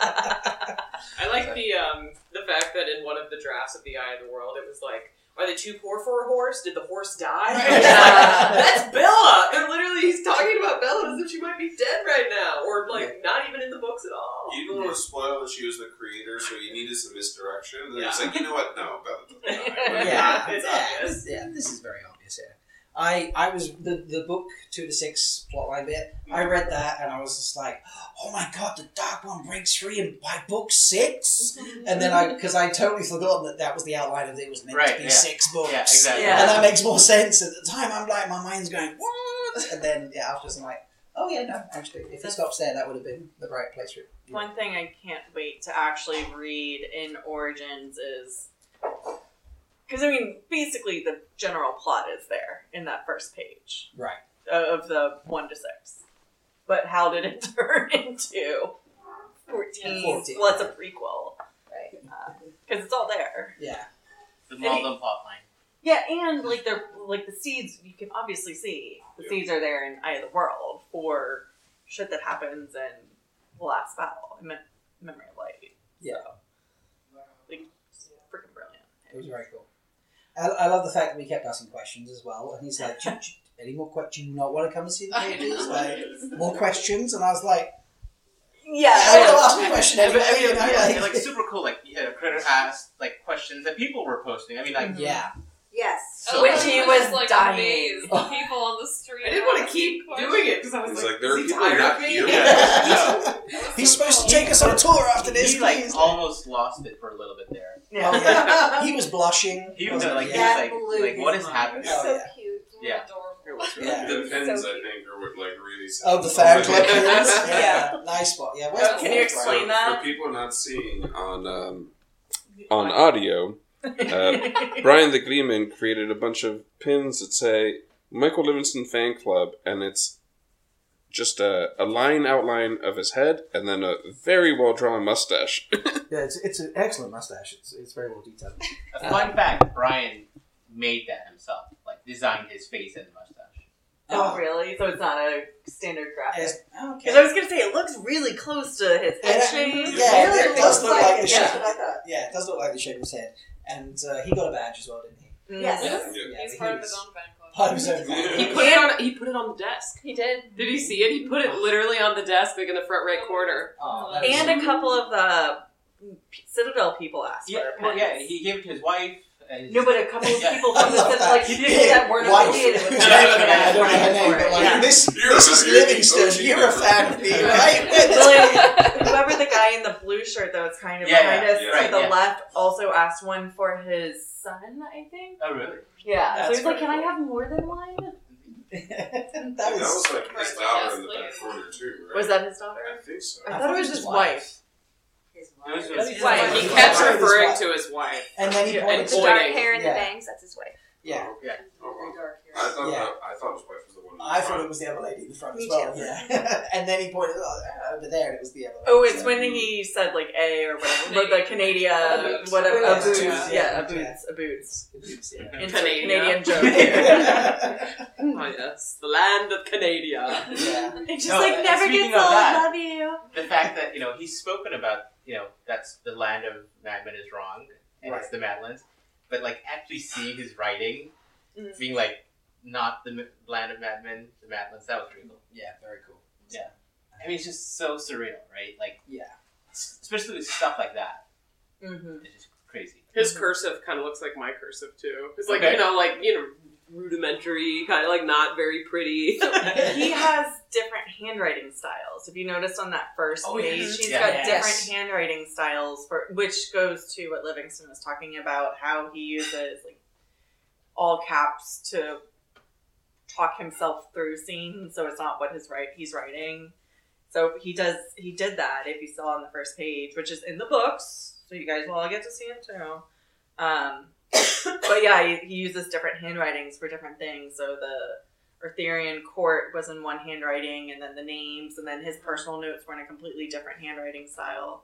Speaker 2: I like the um, the fact that in one of the drafts of the Eye of the World, it was like, "Are they too poor for a horse? Did the horse die?" I was like, That's Bella. They're literally he's talking about Bella as if she might be dead right now, or like not even in the books at all.
Speaker 8: You didn't want to spoil that she was the creator, so you needed some misdirection. And then it's like, you know what? No, Bella doesn't die. Like,
Speaker 3: yeah,
Speaker 2: It's
Speaker 3: yeah,
Speaker 2: obvious.
Speaker 3: this- yeah, this is very obvious here. I, I was the, the book two to six plotline bit. I read that and I was just like, oh my god, the dark one breaks free in by book six, and then I because I totally forgot that that was the outline of it, it was meant
Speaker 10: Right,
Speaker 3: to be
Speaker 10: yeah.
Speaker 3: six books,
Speaker 10: Yeah, exactly.
Speaker 4: Yeah.
Speaker 3: and that makes more sense. At the time, I'm like my mind's going what, and then yeah, I was just like, oh yeah, no, actually, if it stops there, that would have been the right place for it.
Speaker 4: One thing I can't wait to actually read in Origins is because I mean, basically the general plot is there in that first page
Speaker 3: Right.
Speaker 4: of of the one to six, but how did it turn into fourteen?
Speaker 3: 14.
Speaker 4: Well, it's a prequel
Speaker 9: Right.
Speaker 4: because it's all there.
Speaker 3: Yeah.
Speaker 10: The Malden plotline.
Speaker 4: Yeah, and like they're like the seeds you can obviously see the
Speaker 8: Yeah.
Speaker 4: seeds are there in Eye of the World for shit that happens in the last battle in Mem- Memory of Light.
Speaker 3: Yeah.
Speaker 4: Like it's freaking brilliant.
Speaker 3: It was very cool. I, I love the fact that we kept asking questions as well, and he's like, do, do, "Any more questions? Do you not want to come and see the pages? Like more questions?" And I was like,
Speaker 4: Yeah.
Speaker 3: "I
Speaker 2: Oh,
Speaker 3: don't ask me a question
Speaker 10: Yeah, but,
Speaker 3: anyway."
Speaker 10: I mean,
Speaker 3: you know,
Speaker 10: yeah,
Speaker 3: like-
Speaker 10: they're, like super cool. Like yeah, critter asked like questions that people were posting. I mean, like
Speaker 3: yeah,
Speaker 6: Yes.
Speaker 10: so
Speaker 7: Oh,
Speaker 4: Which he
Speaker 7: I
Speaker 4: was
Speaker 7: just, like,
Speaker 4: dying.
Speaker 7: amazed. The people on the street.
Speaker 2: I didn't want to keep doing it because I was
Speaker 8: It's
Speaker 2: like,
Speaker 8: like, there are
Speaker 2: is he
Speaker 8: people
Speaker 2: tired
Speaker 8: not
Speaker 2: of me?
Speaker 8: here.
Speaker 3: he's supposed to take us on a tour after this,
Speaker 10: he like oh.
Speaker 3: please.
Speaker 10: almost lost it for a little bit there.
Speaker 4: Yeah.
Speaker 3: Oh, yeah. He was blushing.
Speaker 10: He was like, he
Speaker 3: yeah.
Speaker 6: That
Speaker 10: was
Speaker 6: blew
Speaker 10: like, like what
Speaker 6: his
Speaker 10: is
Speaker 6: mind.
Speaker 10: happening?
Speaker 3: Oh,
Speaker 9: so
Speaker 3: yeah.
Speaker 9: cute.
Speaker 10: Yeah.
Speaker 7: Adorable.
Speaker 3: Yeah.
Speaker 8: The pins, I
Speaker 9: So-
Speaker 8: think, are what like really.
Speaker 3: Oh, the fan
Speaker 8: Oh,
Speaker 3: club.
Speaker 8: yeah.
Speaker 3: yeah, nice spot. Yeah, where's the
Speaker 4: Can you
Speaker 3: fourth
Speaker 8: So,
Speaker 4: explain that?
Speaker 8: For people not seeing on um, on audio, uh, Brian the Gleeman created a bunch of pins that say Michael Livingston Fan Club, and it's just a, a line outline of his head and then a very well drawn mustache.
Speaker 11: Yeah, it's, it's an excellent mustache. It's, it's very well detailed.
Speaker 10: A fun fact: Brian made that himself. Like designed his face and mustache.
Speaker 4: Oh
Speaker 3: Oh.
Speaker 4: really? So it's not a standard graphic.
Speaker 3: Yes. Okay.
Speaker 4: Because I was gonna say it looks really close to his head
Speaker 3: And I-
Speaker 4: shape.
Speaker 3: yeah,
Speaker 9: Really
Speaker 3: it
Speaker 9: looks
Speaker 3: does look like the
Speaker 9: it.
Speaker 3: shape.
Speaker 9: That's what I thought.
Speaker 3: Yeah, it does look like the shape of his head. And uh, he got a badge as well, didn't he?
Speaker 4: Mm.
Speaker 9: Yes.
Speaker 3: Yeah,
Speaker 7: He's
Speaker 3: he
Speaker 7: part of
Speaker 3: was
Speaker 7: his own fan club.
Speaker 3: Part of his own badge.
Speaker 2: He put it on. He put it on the desk.
Speaker 9: He did.
Speaker 2: Did he see it? He put it literally on the desk, like in the front right corner.
Speaker 3: Oh, that is-
Speaker 4: And a couple of the Citadel people asked
Speaker 10: Yeah,
Speaker 4: for
Speaker 10: well,
Speaker 4: pens.
Speaker 10: yeah. He gave it to his wife. And
Speaker 4: No, but a couple of
Speaker 10: Yeah.
Speaker 4: people from the
Speaker 3: I love
Speaker 4: Citadel, like
Speaker 3: that.
Speaker 4: people that weren't
Speaker 3: Wife.
Speaker 4: affiliated with
Speaker 10: No,
Speaker 4: the
Speaker 10: no, no,
Speaker 4: Citadel
Speaker 3: I don't
Speaker 10: no,
Speaker 3: know her
Speaker 4: asked
Speaker 3: name,
Speaker 4: for
Speaker 3: but
Speaker 4: it,
Speaker 3: like
Speaker 4: yeah.
Speaker 3: this,
Speaker 8: You're
Speaker 3: this is
Speaker 8: a- you're
Speaker 3: Livingston.
Speaker 8: OG
Speaker 3: You're a fan of me, right?
Speaker 4: Well, whoever the guy in the blue shirt that was kind of
Speaker 10: Yeah,
Speaker 4: behind
Speaker 10: yeah,
Speaker 4: us
Speaker 8: yeah.
Speaker 4: to
Speaker 10: Right,
Speaker 4: the
Speaker 10: yeah.
Speaker 4: left also asked one for his son, I think.
Speaker 10: oh really?
Speaker 4: Yeah.
Speaker 3: That's
Speaker 4: so he's like,
Speaker 3: pretty
Speaker 4: "Can I
Speaker 3: cool.
Speaker 4: have more than one?"
Speaker 3: that was.
Speaker 8: like his daughter in the back corner too, right?
Speaker 4: Was that his daughter?
Speaker 8: I think so.
Speaker 4: I thought it was his wife.
Speaker 6: His
Speaker 10: It was
Speaker 6: wife.
Speaker 10: just-
Speaker 4: His
Speaker 2: Like,
Speaker 4: wife.
Speaker 2: he kept
Speaker 3: Right, his
Speaker 2: referring
Speaker 3: wife.
Speaker 2: to his wife.
Speaker 3: And then he
Speaker 2: Yeah,
Speaker 3: pointed
Speaker 2: and
Speaker 3: to
Speaker 9: The
Speaker 2: boy-
Speaker 9: dark
Speaker 2: Boy,
Speaker 9: hair and
Speaker 3: yeah.
Speaker 9: the bangs. That's his wife.
Speaker 3: Yeah.
Speaker 8: Oh, wow.
Speaker 6: Dark hair.
Speaker 8: I thought
Speaker 3: Yeah.
Speaker 8: that, I thought his wife was the one. in the
Speaker 3: I thought
Speaker 8: front.
Speaker 3: it was the other lady in the front
Speaker 9: Me
Speaker 3: as well.
Speaker 9: too.
Speaker 3: Yeah. and then he pointed oh, over there, and it was the other.
Speaker 4: Oh,
Speaker 3: lady,
Speaker 4: it's
Speaker 3: so-
Speaker 4: when he said like A or whatever, but the Canada
Speaker 2: Aboots.
Speaker 4: whatever
Speaker 3: Yeah,
Speaker 4: Aboots, yeah,
Speaker 3: Aboots, yeah.
Speaker 4: Aboots, Aboots,
Speaker 3: Yeah.
Speaker 4: Into
Speaker 2: Canada.
Speaker 4: Canadian joke.
Speaker 3: yeah.
Speaker 2: Oh yes, the land of Canada.
Speaker 4: It's just
Speaker 10: No,
Speaker 4: like
Speaker 10: and
Speaker 4: never
Speaker 10: speaking
Speaker 4: gets
Speaker 10: of
Speaker 4: old.
Speaker 10: that-
Speaker 4: Love you.
Speaker 10: The fact that you know he's spoken about you know that's the land of madmen is wrong and it's the Madlands, but like actually seeing his writing,
Speaker 4: Mm.
Speaker 10: being like not the m- land of madmen, the Madlands, that was really cool.
Speaker 3: Yeah, very cool.
Speaker 10: I mean, it's just so surreal, right? Like,
Speaker 3: Yeah.
Speaker 10: s- especially with stuff like that,
Speaker 4: Mm-hmm.
Speaker 10: it's just crazy.
Speaker 2: His cursive kind of looks like my cursive too. It's like
Speaker 10: Okay.
Speaker 2: you know, like you know, rudimentary, kind of like not very pretty.
Speaker 4: he has different handwriting styles. If you noticed on that first
Speaker 10: Oh,
Speaker 4: page,
Speaker 10: yes.
Speaker 4: he's
Speaker 10: Yeah.
Speaker 4: got
Speaker 3: Yes.
Speaker 4: different handwriting styles for which goes to what Livingston was talking about, how he uses like all caps to talk himself through scenes, so it's not what his right he's writing. So he does he did that if you saw on the first page, which is in the books, so you guys will all get to see it too. Um, but yeah, he, he uses different handwritings for different things. So the Arthurian court was in one handwriting, and then the names, and then his personal notes were in a completely different handwriting style.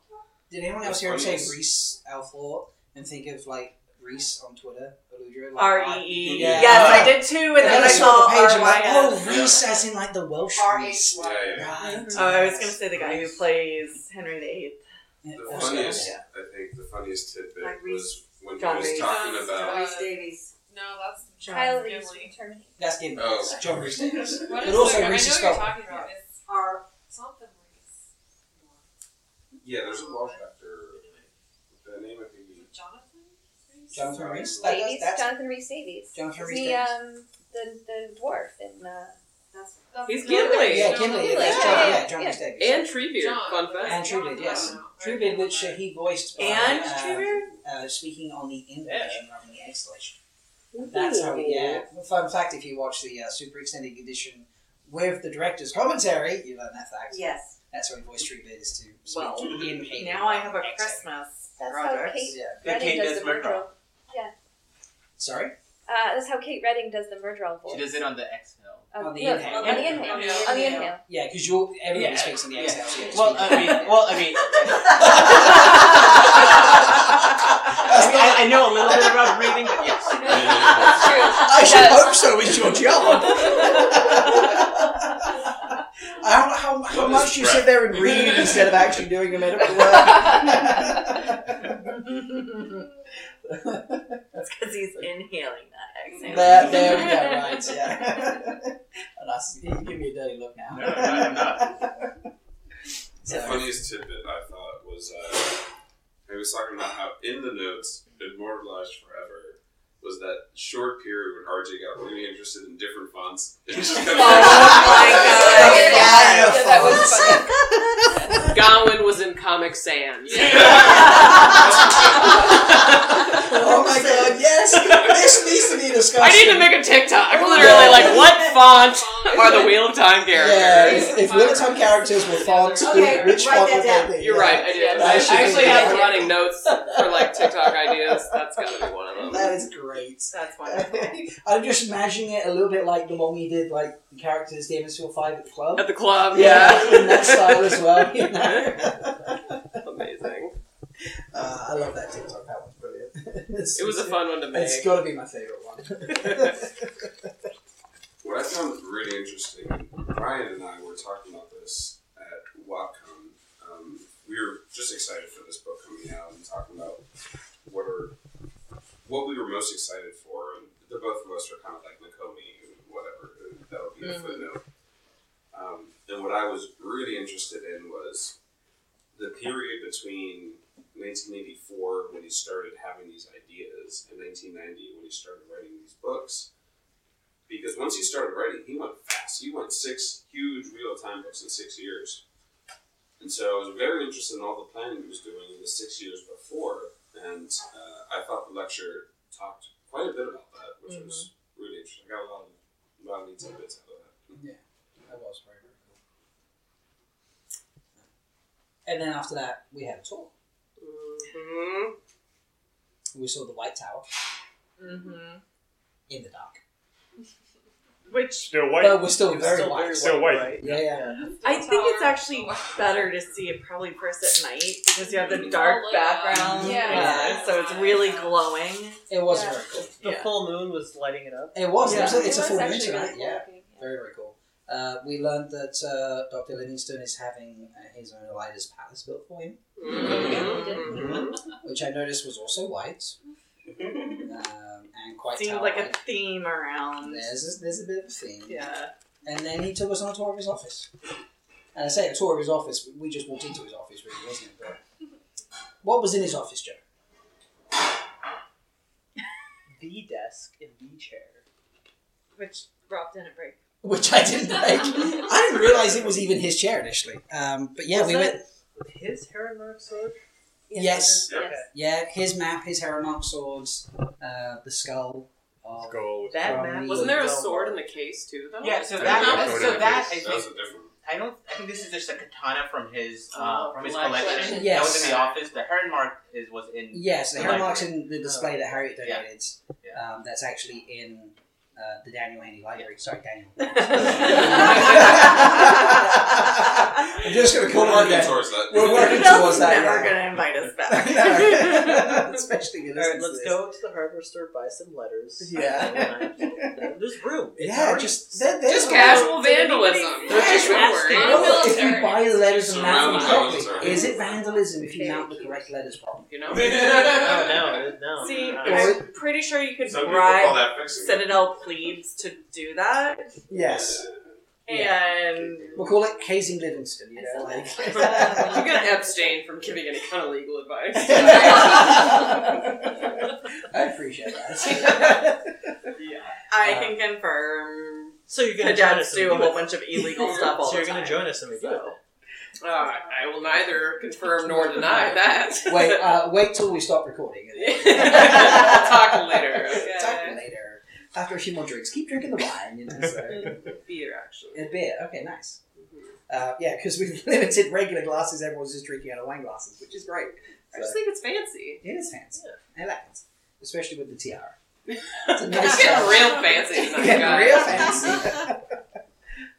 Speaker 3: Did anyone else hear him say
Speaker 8: Funniest.
Speaker 3: Reese Althor and think of like Reese on Twitter. Aludra, like,
Speaker 4: R E E.
Speaker 3: Yeah.
Speaker 4: Yes, I did too, and then I saw
Speaker 3: saw the page.
Speaker 4: R
Speaker 3: I'm like,
Speaker 4: Y
Speaker 3: oh, Reese as in like the Welsh
Speaker 9: E
Speaker 3: Reese. Right.
Speaker 4: S. Oh, I was gonna say the guy who plays Henry VIII.
Speaker 8: The funniest, I think, the funniest tidbit was when
Speaker 4: John
Speaker 8: he was
Speaker 4: Reese.
Speaker 8: talking
Speaker 4: John
Speaker 8: about.
Speaker 6: Reese Davies.
Speaker 7: No, that's
Speaker 6: John
Speaker 9: Kyle
Speaker 7: Gimli.
Speaker 9: Reese from Germany.
Speaker 3: That's Gimli.
Speaker 8: Oh.
Speaker 3: John Reese Davies.
Speaker 7: What
Speaker 3: but
Speaker 7: is
Speaker 3: also
Speaker 7: it? I know
Speaker 3: Reese
Speaker 7: what
Speaker 3: is
Speaker 7: you're
Speaker 3: Scotland.
Speaker 7: talking about. It's
Speaker 6: Are
Speaker 7: something Reese.
Speaker 8: Yeah, there's a Welsh actor. The name of the.
Speaker 7: Jonathan Reese?
Speaker 3: Jonathan Reese. That-
Speaker 9: Davies,
Speaker 3: that's-
Speaker 9: Jonathan Reese Davies.
Speaker 3: Jonathan Rhys
Speaker 9: The,
Speaker 3: Davies.
Speaker 9: um, the, the dwarf in uh,
Speaker 6: That's
Speaker 7: That's
Speaker 2: He's
Speaker 7: another
Speaker 2: Gimli.
Speaker 7: Reese.
Speaker 3: yeah,
Speaker 7: No,
Speaker 3: Gimli.
Speaker 9: Gimli,
Speaker 3: that's
Speaker 9: yeah,
Speaker 3: John,
Speaker 9: yeah,
Speaker 3: yeah, John
Speaker 9: yeah.
Speaker 3: Reese Davies.
Speaker 2: And Treebeard.
Speaker 7: John.
Speaker 2: Fun fact.
Speaker 3: And Treebeard, yes.
Speaker 7: Wow.
Speaker 3: Treebeard, which uh, he voiced by,
Speaker 4: And
Speaker 3: uh,
Speaker 4: Trevor?
Speaker 3: uh, speaking on the inhalation rather than the exhalation.
Speaker 4: Ooh.
Speaker 3: That's how, yeah. Fun fact if you watch the uh, super extended edition with the director's commentary, you learn that fact.
Speaker 6: yes.
Speaker 3: That's how he voiced Treebeard is to speak
Speaker 4: Well,
Speaker 3: inhaling.
Speaker 4: Now I have a
Speaker 3: Exhale.
Speaker 4: Christmas
Speaker 9: That's how
Speaker 4: project.
Speaker 9: Kate-
Speaker 3: Yeah.
Speaker 10: The
Speaker 9: Redding
Speaker 10: Kate
Speaker 9: does the
Speaker 10: Desmond
Speaker 9: murder.
Speaker 10: Rock.
Speaker 3: Sorry?
Speaker 9: Uh, that's how Kate Redding does the murder all
Speaker 10: She
Speaker 9: voice.
Speaker 10: does it on the exhale.
Speaker 9: Um,
Speaker 3: On the
Speaker 9: no,
Speaker 3: inhale.
Speaker 9: On the inhale.
Speaker 7: Yeah.
Speaker 9: On the
Speaker 7: Yeah.
Speaker 9: inhale.
Speaker 3: Yeah, because you everybody
Speaker 10: Yeah.
Speaker 3: speaks on the exhale. so you have to
Speaker 10: Well,
Speaker 3: speak-
Speaker 10: I mean, well, I mean, I, mean, I, I know a little bit about breathing, but yes.
Speaker 9: That's true.
Speaker 3: I should
Speaker 9: Yes.
Speaker 3: hope so. It's your job. I don't know how, how
Speaker 8: What is
Speaker 3: much you
Speaker 8: breath?
Speaker 3: sit there and read instead of actually doing your medical work.
Speaker 4: That's because he's inhaling that exhale.
Speaker 3: there, there we go. Right, yeah. And that's, you give me a dirty look now.
Speaker 10: No, no, I'm not.
Speaker 8: The
Speaker 3: So,
Speaker 8: funniest tidbit I thought was uh, I was talking about how in the notes, immortalized forever, was that short period when RJ got really interested in different fonts. oh
Speaker 4: God,
Speaker 3: Yeah,
Speaker 4: yes.
Speaker 3: yeah,
Speaker 9: that was
Speaker 3: fonts.
Speaker 9: funny.
Speaker 2: Gawain was in Comic Sans.
Speaker 3: Oh my god, yes! This needs to be discussed.
Speaker 2: I need to make a TikTok. I'm literally like, what font are the Wheel of Time
Speaker 3: Yeah,
Speaker 2: characters?
Speaker 3: if, if Limiton characters were fonts,
Speaker 6: Okay,
Speaker 3: which
Speaker 6: write
Speaker 3: font
Speaker 6: that
Speaker 3: would they
Speaker 6: down.
Speaker 3: be?
Speaker 2: You're
Speaker 3: Yeah.
Speaker 2: right, I
Speaker 9: Yeah,
Speaker 2: did.
Speaker 3: that should
Speaker 2: I actually
Speaker 3: be-
Speaker 2: have running notes for like TikTok ideas. That's gotta be one of them.
Speaker 3: That is great.
Speaker 4: That's wonderful.
Speaker 3: I'm just imagining it a little bit like the one we did, like the characters Damon'sville Five at the club.
Speaker 2: At the club,
Speaker 3: in that
Speaker 2: Um, yeah.
Speaker 3: style as well. You know?
Speaker 2: Amazing.
Speaker 3: uh, I love that TikTok. That one's brilliant. It's- uh,
Speaker 2: It was a fun one to make.
Speaker 3: It's got to be my favorite one.
Speaker 8: What I found really interesting, Ryan and I were talking about this at WAPCon. Um, we were just excited for this book coming out and talking about what are what we were most excited for. And the both of us were kind of like Nakomi, whatever. That would be a
Speaker 4: Mhm.
Speaker 8: footnote. Um, and what I was really interested in was the period between 1984 when he started having these ideas and 1990 when he started writing these books because once he started writing, he went fast. He went six huge Wheel of Time books in six years. And so I was very interested in all the planning he was doing in the six years before. And uh, I thought the lecture talked quite a bit about that, which was really interesting. I got a lot of, a lot of neat tidbits out of that.
Speaker 3: That was very, very cool. And then after that, we had a tour.
Speaker 7: Mm-hmm.
Speaker 2: Mhm.
Speaker 3: We saw the White Tower
Speaker 4: hmm
Speaker 3: in the dark.
Speaker 4: Which
Speaker 5: Still white.
Speaker 3: But we're still very
Speaker 4: still
Speaker 3: white.
Speaker 4: very
Speaker 5: Still white.
Speaker 3: Yeah, yeah.
Speaker 4: I think it's actually better to see it probably first at night because you have
Speaker 11: Mm-hmm.
Speaker 4: the dark
Speaker 7: All lit up.
Speaker 4: background.
Speaker 7: Yeah.
Speaker 3: Yeah.
Speaker 4: So it's really glowing.
Speaker 3: It was
Speaker 9: Yeah.
Speaker 3: very cool.
Speaker 4: The
Speaker 11: full moon was lighting it up.
Speaker 3: It was.
Speaker 4: Yeah.
Speaker 3: It was it's a
Speaker 9: It was
Speaker 3: full moon
Speaker 9: actually
Speaker 3: tonight.
Speaker 9: really cool
Speaker 3: Yeah.
Speaker 9: looking,
Speaker 3: Very, very cool. Uh, we learned that uh, Dr. Livingstone is having uh, his own Elida's palace built for him,
Speaker 4: Mm-hmm.
Speaker 2: Mhm.
Speaker 3: which I noticed was also white um, and quite
Speaker 4: Seemed
Speaker 3: tower
Speaker 4: like a
Speaker 3: white.
Speaker 4: theme around.
Speaker 3: There's a, there's a bit of a theme.
Speaker 4: Yeah.
Speaker 3: And then he took us on a tour of his office. And I say a tour of his office, but we just walked into his office, really, wasn't it? But what was in his office, Joe?
Speaker 11: The desk and the chair.
Speaker 4: Which Rob didn't break.
Speaker 3: Which I didn't like. I didn't realize it was even his chair initially. Um, but yeah,
Speaker 11: Was
Speaker 3: we
Speaker 11: it
Speaker 3: went.
Speaker 11: His hair and mark sword.
Speaker 3: Yes.
Speaker 9: Yes.
Speaker 8: Okay.
Speaker 3: Yeah, his map, his Heramark swords, uh, the skull. Of,
Speaker 5: Skull.
Speaker 11: That
Speaker 3: From
Speaker 11: map
Speaker 3: the-
Speaker 2: Wasn't there a sword in the case too, though?
Speaker 10: Yeah, so
Speaker 8: That
Speaker 10: that,
Speaker 8: was
Speaker 10: so that, I
Speaker 8: that was
Speaker 10: think,
Speaker 8: a different.
Speaker 10: I don't, I think this is just a katana from his, uh, from his
Speaker 2: Collection.
Speaker 10: collection.
Speaker 3: Yes.
Speaker 10: That was in the office. The Heron Mark is, was in,
Speaker 3: Yes, the
Speaker 10: The
Speaker 3: Heramark's in the display that Harriet
Speaker 10: Yeah.
Speaker 3: donated. Um, that's actually in uh, the Daniel Haney Library. Sorry, Daniel. We're just going to call
Speaker 8: We're
Speaker 3: it a
Speaker 8: working
Speaker 3: day.
Speaker 8: towards that.
Speaker 3: We're working
Speaker 4: Bill's
Speaker 3: towards that.
Speaker 4: never
Speaker 3: yeah.
Speaker 4: gonna invite us back.
Speaker 3: No. Especially in
Speaker 11: All
Speaker 3: this
Speaker 11: right, let's
Speaker 3: instance.
Speaker 11: go to the hardware store, buy some letters.
Speaker 3: Yeah.
Speaker 11: There's room. It's
Speaker 3: Yeah,
Speaker 11: already
Speaker 3: just there, there's
Speaker 2: Just
Speaker 3: a-
Speaker 2: casual vandalism.
Speaker 3: There's just
Speaker 2: That's
Speaker 3: you
Speaker 2: the
Speaker 3: know what, if
Speaker 2: military.
Speaker 3: you buy the letters and mount them
Speaker 8: Surround those
Speaker 3: properly,
Speaker 8: already.
Speaker 3: is it vandalism if you mount the correct letters properly?
Speaker 2: You know?
Speaker 11: Oh, no, it- no.
Speaker 4: See,
Speaker 11: no.
Speaker 4: I'm pretty sure you could
Speaker 8: Some people call
Speaker 4: bribe
Speaker 8: that fixing. it.
Speaker 4: Citadel plebes to do that,
Speaker 3: Yes,
Speaker 4: and
Speaker 3: we'll call it hazing Livingston. You know, like
Speaker 2: you gotta abstain from giving any kind of legal advice.
Speaker 3: I appreciate that.
Speaker 4: I
Speaker 3: Uh,
Speaker 4: can confirm
Speaker 11: so you're gonna join
Speaker 4: cadets
Speaker 11: us?
Speaker 4: do a whole bunch of illegal stuff all
Speaker 11: So
Speaker 4: the
Speaker 11: you're gonna
Speaker 4: time.
Speaker 11: join us and we go.
Speaker 2: Uh, I will neither confirm nor deny that.
Speaker 3: wait, uh, wait till we stop recording.
Speaker 2: Talk later, okay?
Speaker 3: Talk later. After a few more drinks, keep drinking the wine. You know, so.
Speaker 2: Beer, actually.
Speaker 3: a beer. Okay, nice. Uh, yeah, because we've limited regular glasses. Everyone's just drinking out of wine glasses, which is great.
Speaker 2: I just think it's fancy.
Speaker 3: It is fancy. I like it, especially with the tiara. a nice
Speaker 2: It's getting
Speaker 3: touch.
Speaker 2: real fancy tonight,
Speaker 3: Getting
Speaker 2: guys.
Speaker 3: real fancy.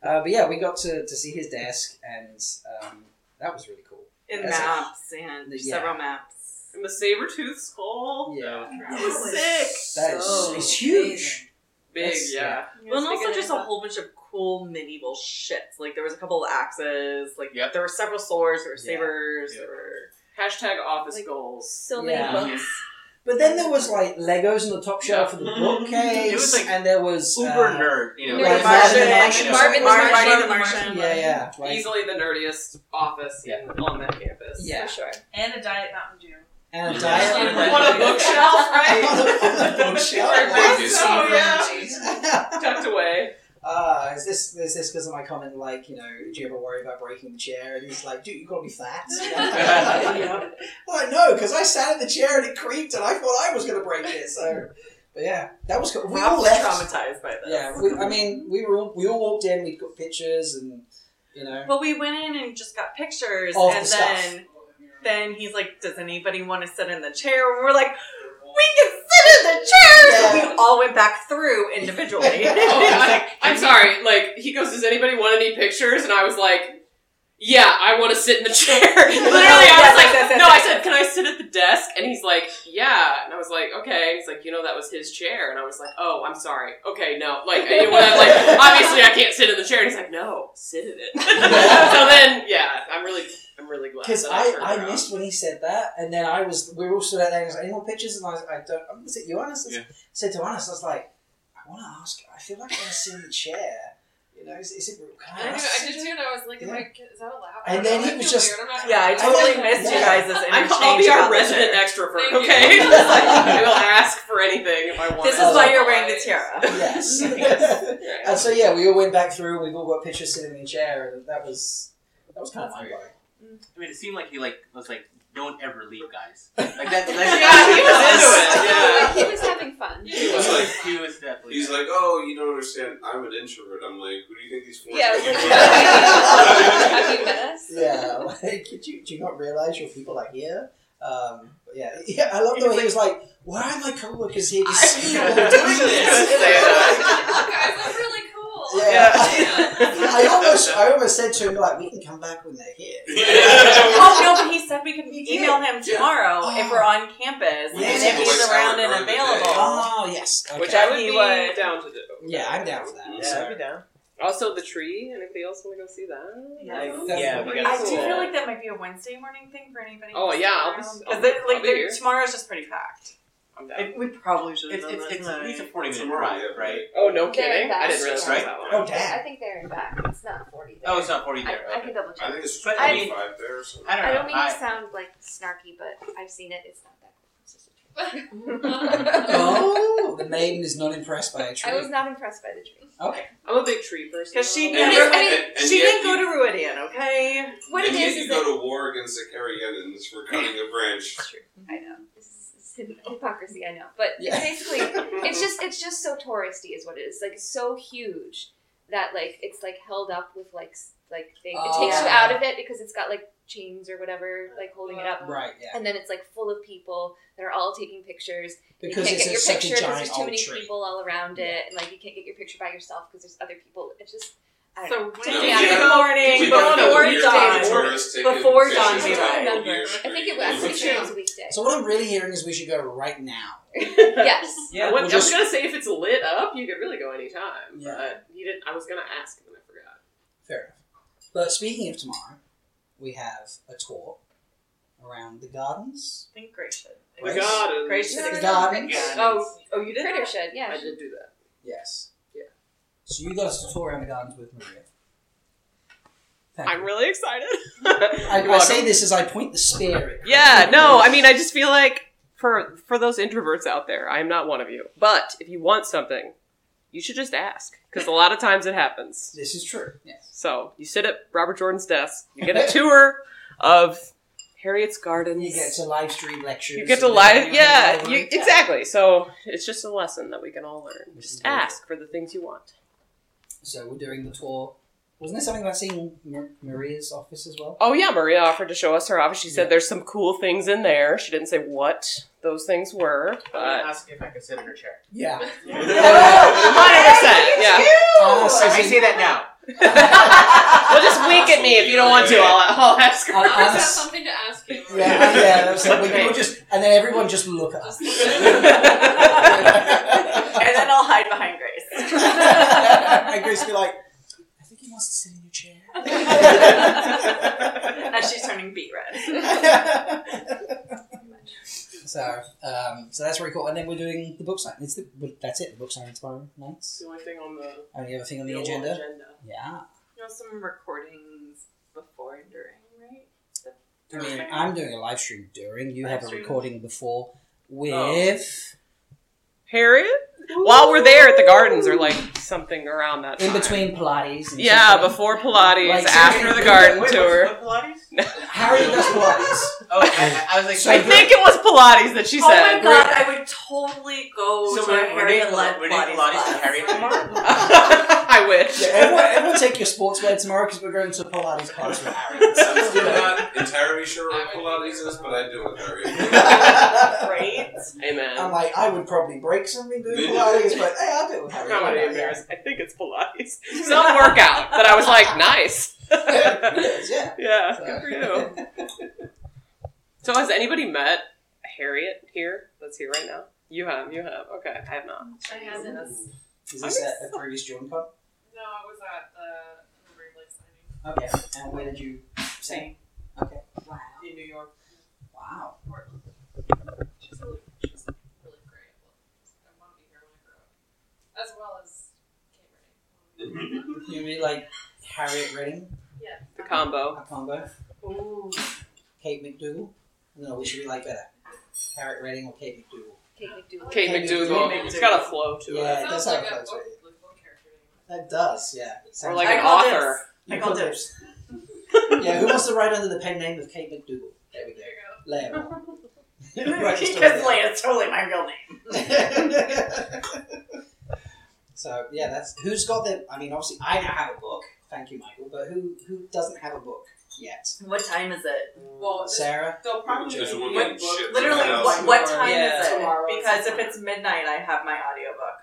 Speaker 3: Uh, but yeah, we got to, to see his desk, and um, that was really cool.
Speaker 4: in
Speaker 3: That's it.
Speaker 4: maps and
Speaker 3: Yeah.
Speaker 4: several maps.
Speaker 2: And the saber tooth skull.
Speaker 3: Yeah,
Speaker 2: That was sick.
Speaker 3: that is
Speaker 2: So
Speaker 3: it's huge.
Speaker 2: Big,
Speaker 3: That's-
Speaker 2: yeah.
Speaker 4: Well, and also just a whole bunch of cool medieval shits. Like there was a couple of axes. Like
Speaker 10: Yep.
Speaker 4: there were several swords. There were
Speaker 3: Yeah.
Speaker 4: sabers.
Speaker 10: Yeah.
Speaker 4: There were
Speaker 2: Hashtag office
Speaker 9: Like-
Speaker 2: goals.
Speaker 9: So many
Speaker 3: Yeah.
Speaker 9: books.
Speaker 3: But then there was like Legos in the top shelf of the
Speaker 10: Mhm.
Speaker 3: bookcase,
Speaker 10: It was, like,
Speaker 3: and there was
Speaker 10: Uber
Speaker 3: uh,
Speaker 10: nerd, you know.
Speaker 3: Yeah,
Speaker 10: like-
Speaker 3: Marvin the
Speaker 10: you
Speaker 3: Martian.
Speaker 10: know,
Speaker 9: Marvin the
Speaker 4: Marvin
Speaker 9: Martian.
Speaker 4: the Martian.
Speaker 3: Yeah, yeah, like-
Speaker 2: Easily the nerdiest office
Speaker 10: Yeah.
Speaker 2: on that campus.
Speaker 3: yeah,
Speaker 9: For sure.
Speaker 7: And a diet Mountain Dew.
Speaker 3: and a
Speaker 10: Yeah.
Speaker 3: diet.
Speaker 2: on a bookshelf,
Speaker 3: On
Speaker 2: right?
Speaker 3: a bookshelf.
Speaker 2: Like,
Speaker 8: Yes.
Speaker 2: oh, yeah.
Speaker 3: yeah.
Speaker 2: Tucked away.
Speaker 3: Ah, is this is this because of my comment? Like, you know, do you ever worry about breaking the chair? And he's like, dude, you gotta be fat.
Speaker 2: Yeah.
Speaker 3: Well, no, because I sat in the chair and it creaked, and I thought I was gonna break it. So, but yeah, that was cool. We
Speaker 4: Rob
Speaker 3: all
Speaker 4: was
Speaker 3: left.
Speaker 4: traumatized by this.
Speaker 3: Yeah, we, I mean, we were all, we all walked in. We got pictures, and you know,
Speaker 4: Well, we went in and just got pictures,
Speaker 3: All
Speaker 4: and
Speaker 3: the
Speaker 4: then
Speaker 3: stuff.
Speaker 4: then he's like, "Does anybody want to sit in the chair?" And we're like, "We can sit in the chair." So
Speaker 3: Yeah.
Speaker 4: we all went back through individually.
Speaker 2: Oh, I,
Speaker 3: Like-
Speaker 2: I'm sorry. Like, he goes, Does anybody want any pictures? And I was like, Yeah, I want to sit in the chair. Literally, I
Speaker 4: Yeah,
Speaker 2: was like,
Speaker 4: that's- that's-
Speaker 2: No, I
Speaker 4: that's-
Speaker 2: said, Can I sit at the desk? And he's like, Yeah. And I was like, Okay. He's like, You know, that was his chair. And I was like, Oh, I'm sorry. Okay, no. Like, you know, when I'm like, Obviously, I can't sit in the chair. And he's like, No, sit in it. so then, yeah, I'm really. I'm really glad.
Speaker 3: Because
Speaker 2: that
Speaker 3: I,
Speaker 2: turned
Speaker 3: I
Speaker 2: around.
Speaker 3: missed when he said that, and then I was we were all stood out there. And I was like, any more pictures? And I was, I don't. um, Was it Johannes? I
Speaker 8: Yeah.
Speaker 3: said to Johannes, I was like, I want to ask. I feel like I'm sitting in the chair. You know, is, is it? Can I,
Speaker 7: I, knew,
Speaker 3: ask
Speaker 7: I
Speaker 3: to
Speaker 7: did
Speaker 3: sit
Speaker 7: too, and I was like,
Speaker 3: Yeah.
Speaker 7: am I, is that allowed?
Speaker 3: And
Speaker 7: I don't
Speaker 3: then
Speaker 7: know,
Speaker 3: he
Speaker 7: I
Speaker 3: was
Speaker 7: feel
Speaker 3: just-
Speaker 7: weird, I'm not
Speaker 4: yeah, I
Speaker 7: gonna-
Speaker 4: totally missed you guys'
Speaker 2: I'm,
Speaker 4: interchange.
Speaker 2: I'll be
Speaker 4: about
Speaker 2: our
Speaker 4: the
Speaker 2: resident
Speaker 4: chair.
Speaker 2: extrovert.
Speaker 7: Thank you.
Speaker 2: okay, I will ask for anything if I want.
Speaker 4: This
Speaker 2: it.
Speaker 4: is why you're wearing the tiara.
Speaker 3: in? Yes.
Speaker 2: Right.
Speaker 3: and so yeah, we all went back through. and We all got pictures sitting in the chair, and that was that was kind of mind blowing.
Speaker 10: I mean, it seemed like he like was like, "Don't ever leave, guys." Like that. That's,
Speaker 2: Yeah, he was into it. Yeah.
Speaker 9: He was having fun.
Speaker 7: Yeah.
Speaker 8: He was like-
Speaker 10: he was definitely.
Speaker 8: He's like, oh, you don't understand. I'm an introvert. I'm like, who do you think these fools
Speaker 9: Yeah. I was like,
Speaker 8: are?
Speaker 9: Have you met us?
Speaker 3: Yeah, like do you, do you not realize your people are here? Um, but yeah, yeah. I love the way he was like, "Why are my coworkers here to see you all doing this?"
Speaker 7: guys, I'm really cool.
Speaker 3: Yeah. I almost, I almost said to him like, "We can come back when they're here."
Speaker 4: oh no, but he said we could
Speaker 3: He did.
Speaker 4: email him tomorrow
Speaker 3: Oh.
Speaker 4: if we're on campus and
Speaker 3: We can
Speaker 4: if
Speaker 3: take
Speaker 4: he's
Speaker 8: a
Speaker 4: around
Speaker 8: shower during
Speaker 4: and
Speaker 8: the day.
Speaker 4: available.
Speaker 3: Oh yes, okay.
Speaker 2: Which I would
Speaker 4: He
Speaker 2: be
Speaker 4: would-
Speaker 2: down to do.
Speaker 3: yeah, I'm down for that.
Speaker 8: Yeah,
Speaker 11: Yeah,
Speaker 3: so-
Speaker 11: I'd be down.
Speaker 2: Also, the tree. Anybody else want to go see that?
Speaker 4: Yeah.
Speaker 11: Yeah, we
Speaker 4: I
Speaker 11: gotta
Speaker 4: do
Speaker 11: see
Speaker 4: feel
Speaker 11: that.
Speaker 4: like that might be a Wednesday morning thing for anybody.
Speaker 2: Oh,
Speaker 4: who's
Speaker 2: yeah, I'll be-
Speaker 4: around. 'Cause
Speaker 2: I'll-
Speaker 4: they-
Speaker 2: I'll
Speaker 4: like
Speaker 2: be
Speaker 4: they're-
Speaker 2: here.
Speaker 4: tomorrow's just pretty packed.
Speaker 2: I'm down.
Speaker 4: we probably should
Speaker 10: It's,
Speaker 4: have
Speaker 10: it's, it's at least a
Speaker 4: done
Speaker 10: forty minute
Speaker 8: Tomorrow,
Speaker 10: drive,
Speaker 8: yeah.
Speaker 10: right?
Speaker 2: Oh no,
Speaker 9: They're
Speaker 2: kidding! I didn't realize
Speaker 10: Right.
Speaker 2: that one.
Speaker 3: Oh
Speaker 9: I
Speaker 3: damn!
Speaker 9: think they're in back. It's not 40 there.
Speaker 10: Oh, it's not forty
Speaker 9: I,
Speaker 10: there.
Speaker 9: I
Speaker 10: okay.
Speaker 9: can double
Speaker 8: I
Speaker 9: check.
Speaker 8: think it's
Speaker 10: But I mean-
Speaker 8: 25 there or something.
Speaker 10: I don't know.
Speaker 9: I don't mean
Speaker 10: I-
Speaker 9: to sound like snarky, but I've seen it. It's not that. It's just a tree.
Speaker 3: Oh, the maiden is not impressed by a tree.
Speaker 9: I was not impressed by the tree.
Speaker 3: Okay,
Speaker 2: I'm a big tree person.
Speaker 4: because she
Speaker 2: though.
Speaker 8: And
Speaker 4: never.
Speaker 8: yet-
Speaker 4: I mean,
Speaker 8: and- and
Speaker 4: she
Speaker 8: yet
Speaker 4: didn't go
Speaker 8: you-
Speaker 4: to Ruidian, okay?
Speaker 9: What
Speaker 8: and
Speaker 9: it
Speaker 8: yet
Speaker 9: is
Speaker 8: you
Speaker 9: is
Speaker 8: go
Speaker 9: that
Speaker 8: to war against the Carianans for cutting a branch.
Speaker 9: It's true. I know. This is, this is hypocrisy, I know. But
Speaker 3: Yeah.
Speaker 9: it's basically, it's just it's just so touristy is what it is. Like so huge that like it's like held up with like s- like thing. It takes you
Speaker 3: Oh.
Speaker 9: out of it because it's got like chains or whatever like holding it up.
Speaker 3: right, yeah,
Speaker 9: And then it's like full of people that are all taking pictures. And
Speaker 3: because
Speaker 9: you
Speaker 3: it's
Speaker 9: can't
Speaker 3: a-
Speaker 9: get your picture
Speaker 3: such a
Speaker 9: because
Speaker 3: giant
Speaker 9: there's too
Speaker 3: old
Speaker 9: many
Speaker 3: tree.
Speaker 9: people all around it, and like you can't get your picture by yourself because there's other people. It's just
Speaker 4: So
Speaker 9: Don't
Speaker 4: when
Speaker 9: you
Speaker 4: did
Speaker 9: know?
Speaker 4: morning
Speaker 9: Did you know
Speaker 4: before
Speaker 9: that weird
Speaker 4: dawn.
Speaker 8: tourists taking
Speaker 4: Before
Speaker 8: pictures
Speaker 4: dawn,
Speaker 8: of
Speaker 4: we
Speaker 8: the
Speaker 4: don't
Speaker 8: whole
Speaker 9: remember.
Speaker 8: year
Speaker 9: I think it
Speaker 8: straight?
Speaker 9: was. I'm pretty sure it was a weekday.
Speaker 3: So what I'm really hearing is we should go right now.
Speaker 9: yes.
Speaker 2: Yeah,
Speaker 3: we'll
Speaker 2: I was
Speaker 3: just-
Speaker 2: gonna say if it's lit up, you could really go anytime.
Speaker 3: Yeah.
Speaker 2: But you didn't. I was gonna ask, and then I forgot.
Speaker 3: Fair enough. But speaking of tomorrow, we have a tour around the gardens.
Speaker 4: I think Grace should.
Speaker 3: Right.
Speaker 2: gardens.
Speaker 4: Grace should
Speaker 3: The
Speaker 4: explain
Speaker 3: gardens.
Speaker 4: Grace should.
Speaker 2: Oh, oh, you did.
Speaker 9: Critter
Speaker 2: That?
Speaker 9: shed. Yeah.
Speaker 2: I did do that.
Speaker 3: Yes.
Speaker 2: Yeah.
Speaker 3: So you got us a tour around the gardens with Maria. Thank you.
Speaker 2: I'm really excited.
Speaker 3: I,
Speaker 2: You're
Speaker 3: I
Speaker 2: welcome.
Speaker 3: say this as I point the spear. at her.
Speaker 2: Yeah, no, I mean, I just feel like for for those introverts out there, I am not one of you. But if you want something, you should just ask because a lot of times it happens.
Speaker 3: This is true. Yes.
Speaker 2: So you sit at Robert Jordan's desk, you get a tour of Harriet's Gardens.
Speaker 3: You get to live stream lectures.
Speaker 2: You get to
Speaker 3: and
Speaker 2: lie.
Speaker 3: then you have
Speaker 2: Yeah,
Speaker 3: live
Speaker 2: you,
Speaker 3: on-
Speaker 2: exactly. So it's just a lesson that we can all learn. Just ask for the things you want.
Speaker 3: So we're doing the tour. Wasn't there something about seeing Ma- Maria's office as well?
Speaker 2: Oh yeah, Maria offered to show us her office. She said
Speaker 3: Yeah.
Speaker 2: there's some cool things in there. She didn't say what those things were,
Speaker 11: I'm gonna
Speaker 2: but
Speaker 11: ask if I can sit in her chair.
Speaker 3: Yeah. Oh,
Speaker 2: hundred percent. Yeah.
Speaker 3: Us as
Speaker 10: I
Speaker 3: in-
Speaker 10: say that now.
Speaker 2: Well, just wink at me if you don't want to. I'll, I'll ask her.
Speaker 3: Uh,
Speaker 7: Is that
Speaker 3: us-
Speaker 7: something to ask you?
Speaker 3: Yeah, yeah. That's like, we all just and then everyone just look at us.
Speaker 4: And then I'll hide behind Grace.
Speaker 3: and Grace be like, I think he wants to sit in your chair.
Speaker 4: As she's turning beet red.
Speaker 3: so, um, so that's very cool. And then we're doing the book sign. It's the, well, that's it. The book sign tomorrow night.
Speaker 2: the only thing on the,
Speaker 3: Only other thing on the agenda. Yeah.
Speaker 4: You know, some recordings before and during, right?
Speaker 3: I mean, I'm doing a live stream during. You
Speaker 4: Live
Speaker 3: have a
Speaker 4: stream. Oh.
Speaker 3: recording before with
Speaker 2: Harriet? While we're there at the gardens or like something around that
Speaker 3: in
Speaker 2: time.
Speaker 3: between Pilates. And
Speaker 2: Yeah,
Speaker 3: something.
Speaker 2: before Pilates,
Speaker 3: Like,
Speaker 2: after the garden
Speaker 10: Wait,
Speaker 2: tour.
Speaker 10: what's- what Pilates?
Speaker 3: Harry does Pilates.
Speaker 10: Oh, I, I was like,
Speaker 3: So
Speaker 2: I think it was Pilates that she
Speaker 4: oh my
Speaker 2: said.
Speaker 4: god, I would totally go
Speaker 10: so
Speaker 4: to
Speaker 10: we're,
Speaker 4: a
Speaker 10: we're doing
Speaker 4: Harriet
Speaker 10: Pilates,
Speaker 4: Led
Speaker 10: we're doing
Speaker 4: Pilates
Speaker 10: Pilates
Speaker 4: class.
Speaker 10: with Harriet tomorrow.
Speaker 2: I wish.
Speaker 3: Yeah, everyone, everyone take your sportswear tomorrow because we're going to a Pilates class with Harry. So let's do
Speaker 8: I'm
Speaker 3: that.
Speaker 8: not entirely sure what Pilates is, but I do it very
Speaker 4: Right?
Speaker 2: Amen.
Speaker 3: I'm like, I would probably break something doing Pilates, but hey, I'll do it with Harry.
Speaker 2: Not
Speaker 3: Why
Speaker 2: want to
Speaker 3: not?
Speaker 2: embarrass. I think it's Pilates. Some workout that I was like, nice.
Speaker 3: Yeah, it is, yeah.
Speaker 2: yeah,
Speaker 3: So-
Speaker 2: good for you. So has anybody met Harriet here? That's here right now. You have, you have. Okay, I have not.
Speaker 7: I haven't. No,
Speaker 3: Is this at a previous Jordan Con?
Speaker 7: I was at the the Wrigley signing.
Speaker 3: Okay. And where did you sing? Okay. Wow.
Speaker 4: In New York.
Speaker 3: Wow.
Speaker 7: She's really, she's really great. I want to be here when I grow up, as well as Kate Renee.
Speaker 8: good.
Speaker 3: You mean like Harriet Redding,
Speaker 7: Yeah.
Speaker 2: The combo.
Speaker 3: a combo?
Speaker 4: Ooh.
Speaker 3: Kate McDougal? No, we should be like better. Harriet Redding or Kate McDougal?
Speaker 9: Kate McDougal.
Speaker 2: Kate
Speaker 3: Kate
Speaker 2: McDougal.
Speaker 3: McDougal.
Speaker 2: It's got a flow to
Speaker 3: Yeah,
Speaker 2: it.
Speaker 3: it does
Speaker 7: sounds
Speaker 3: have
Speaker 7: like a
Speaker 3: those, right?
Speaker 7: book- book character name.
Speaker 3: That does, yeah.
Speaker 2: Or
Speaker 3: Sounds
Speaker 2: like
Speaker 4: I
Speaker 2: an
Speaker 4: call this-
Speaker 2: author.
Speaker 4: I call dibs.
Speaker 3: yeah, who wants to write under the pen name of Kate McDougal? There we go.
Speaker 7: There you go.
Speaker 3: Leia.
Speaker 4: because Leia's totally my real name.
Speaker 3: so yeah, that's who's got the. I mean, obviously, I now have a book. Thank you, Michael. But who who doesn't have a book yet?
Speaker 4: What time is it?
Speaker 7: Well, this-
Speaker 3: Sarah.
Speaker 7: they'll probably
Speaker 8: Just
Speaker 7: be
Speaker 8: one
Speaker 7: like
Speaker 8: man
Speaker 7: book-
Speaker 8: ship.
Speaker 4: Literally,
Speaker 8: Tomorrow.
Speaker 4: what, what time
Speaker 3: Yeah.
Speaker 4: is it?
Speaker 7: Tomorrow.
Speaker 4: Because if it's midnight, I have my audiobook.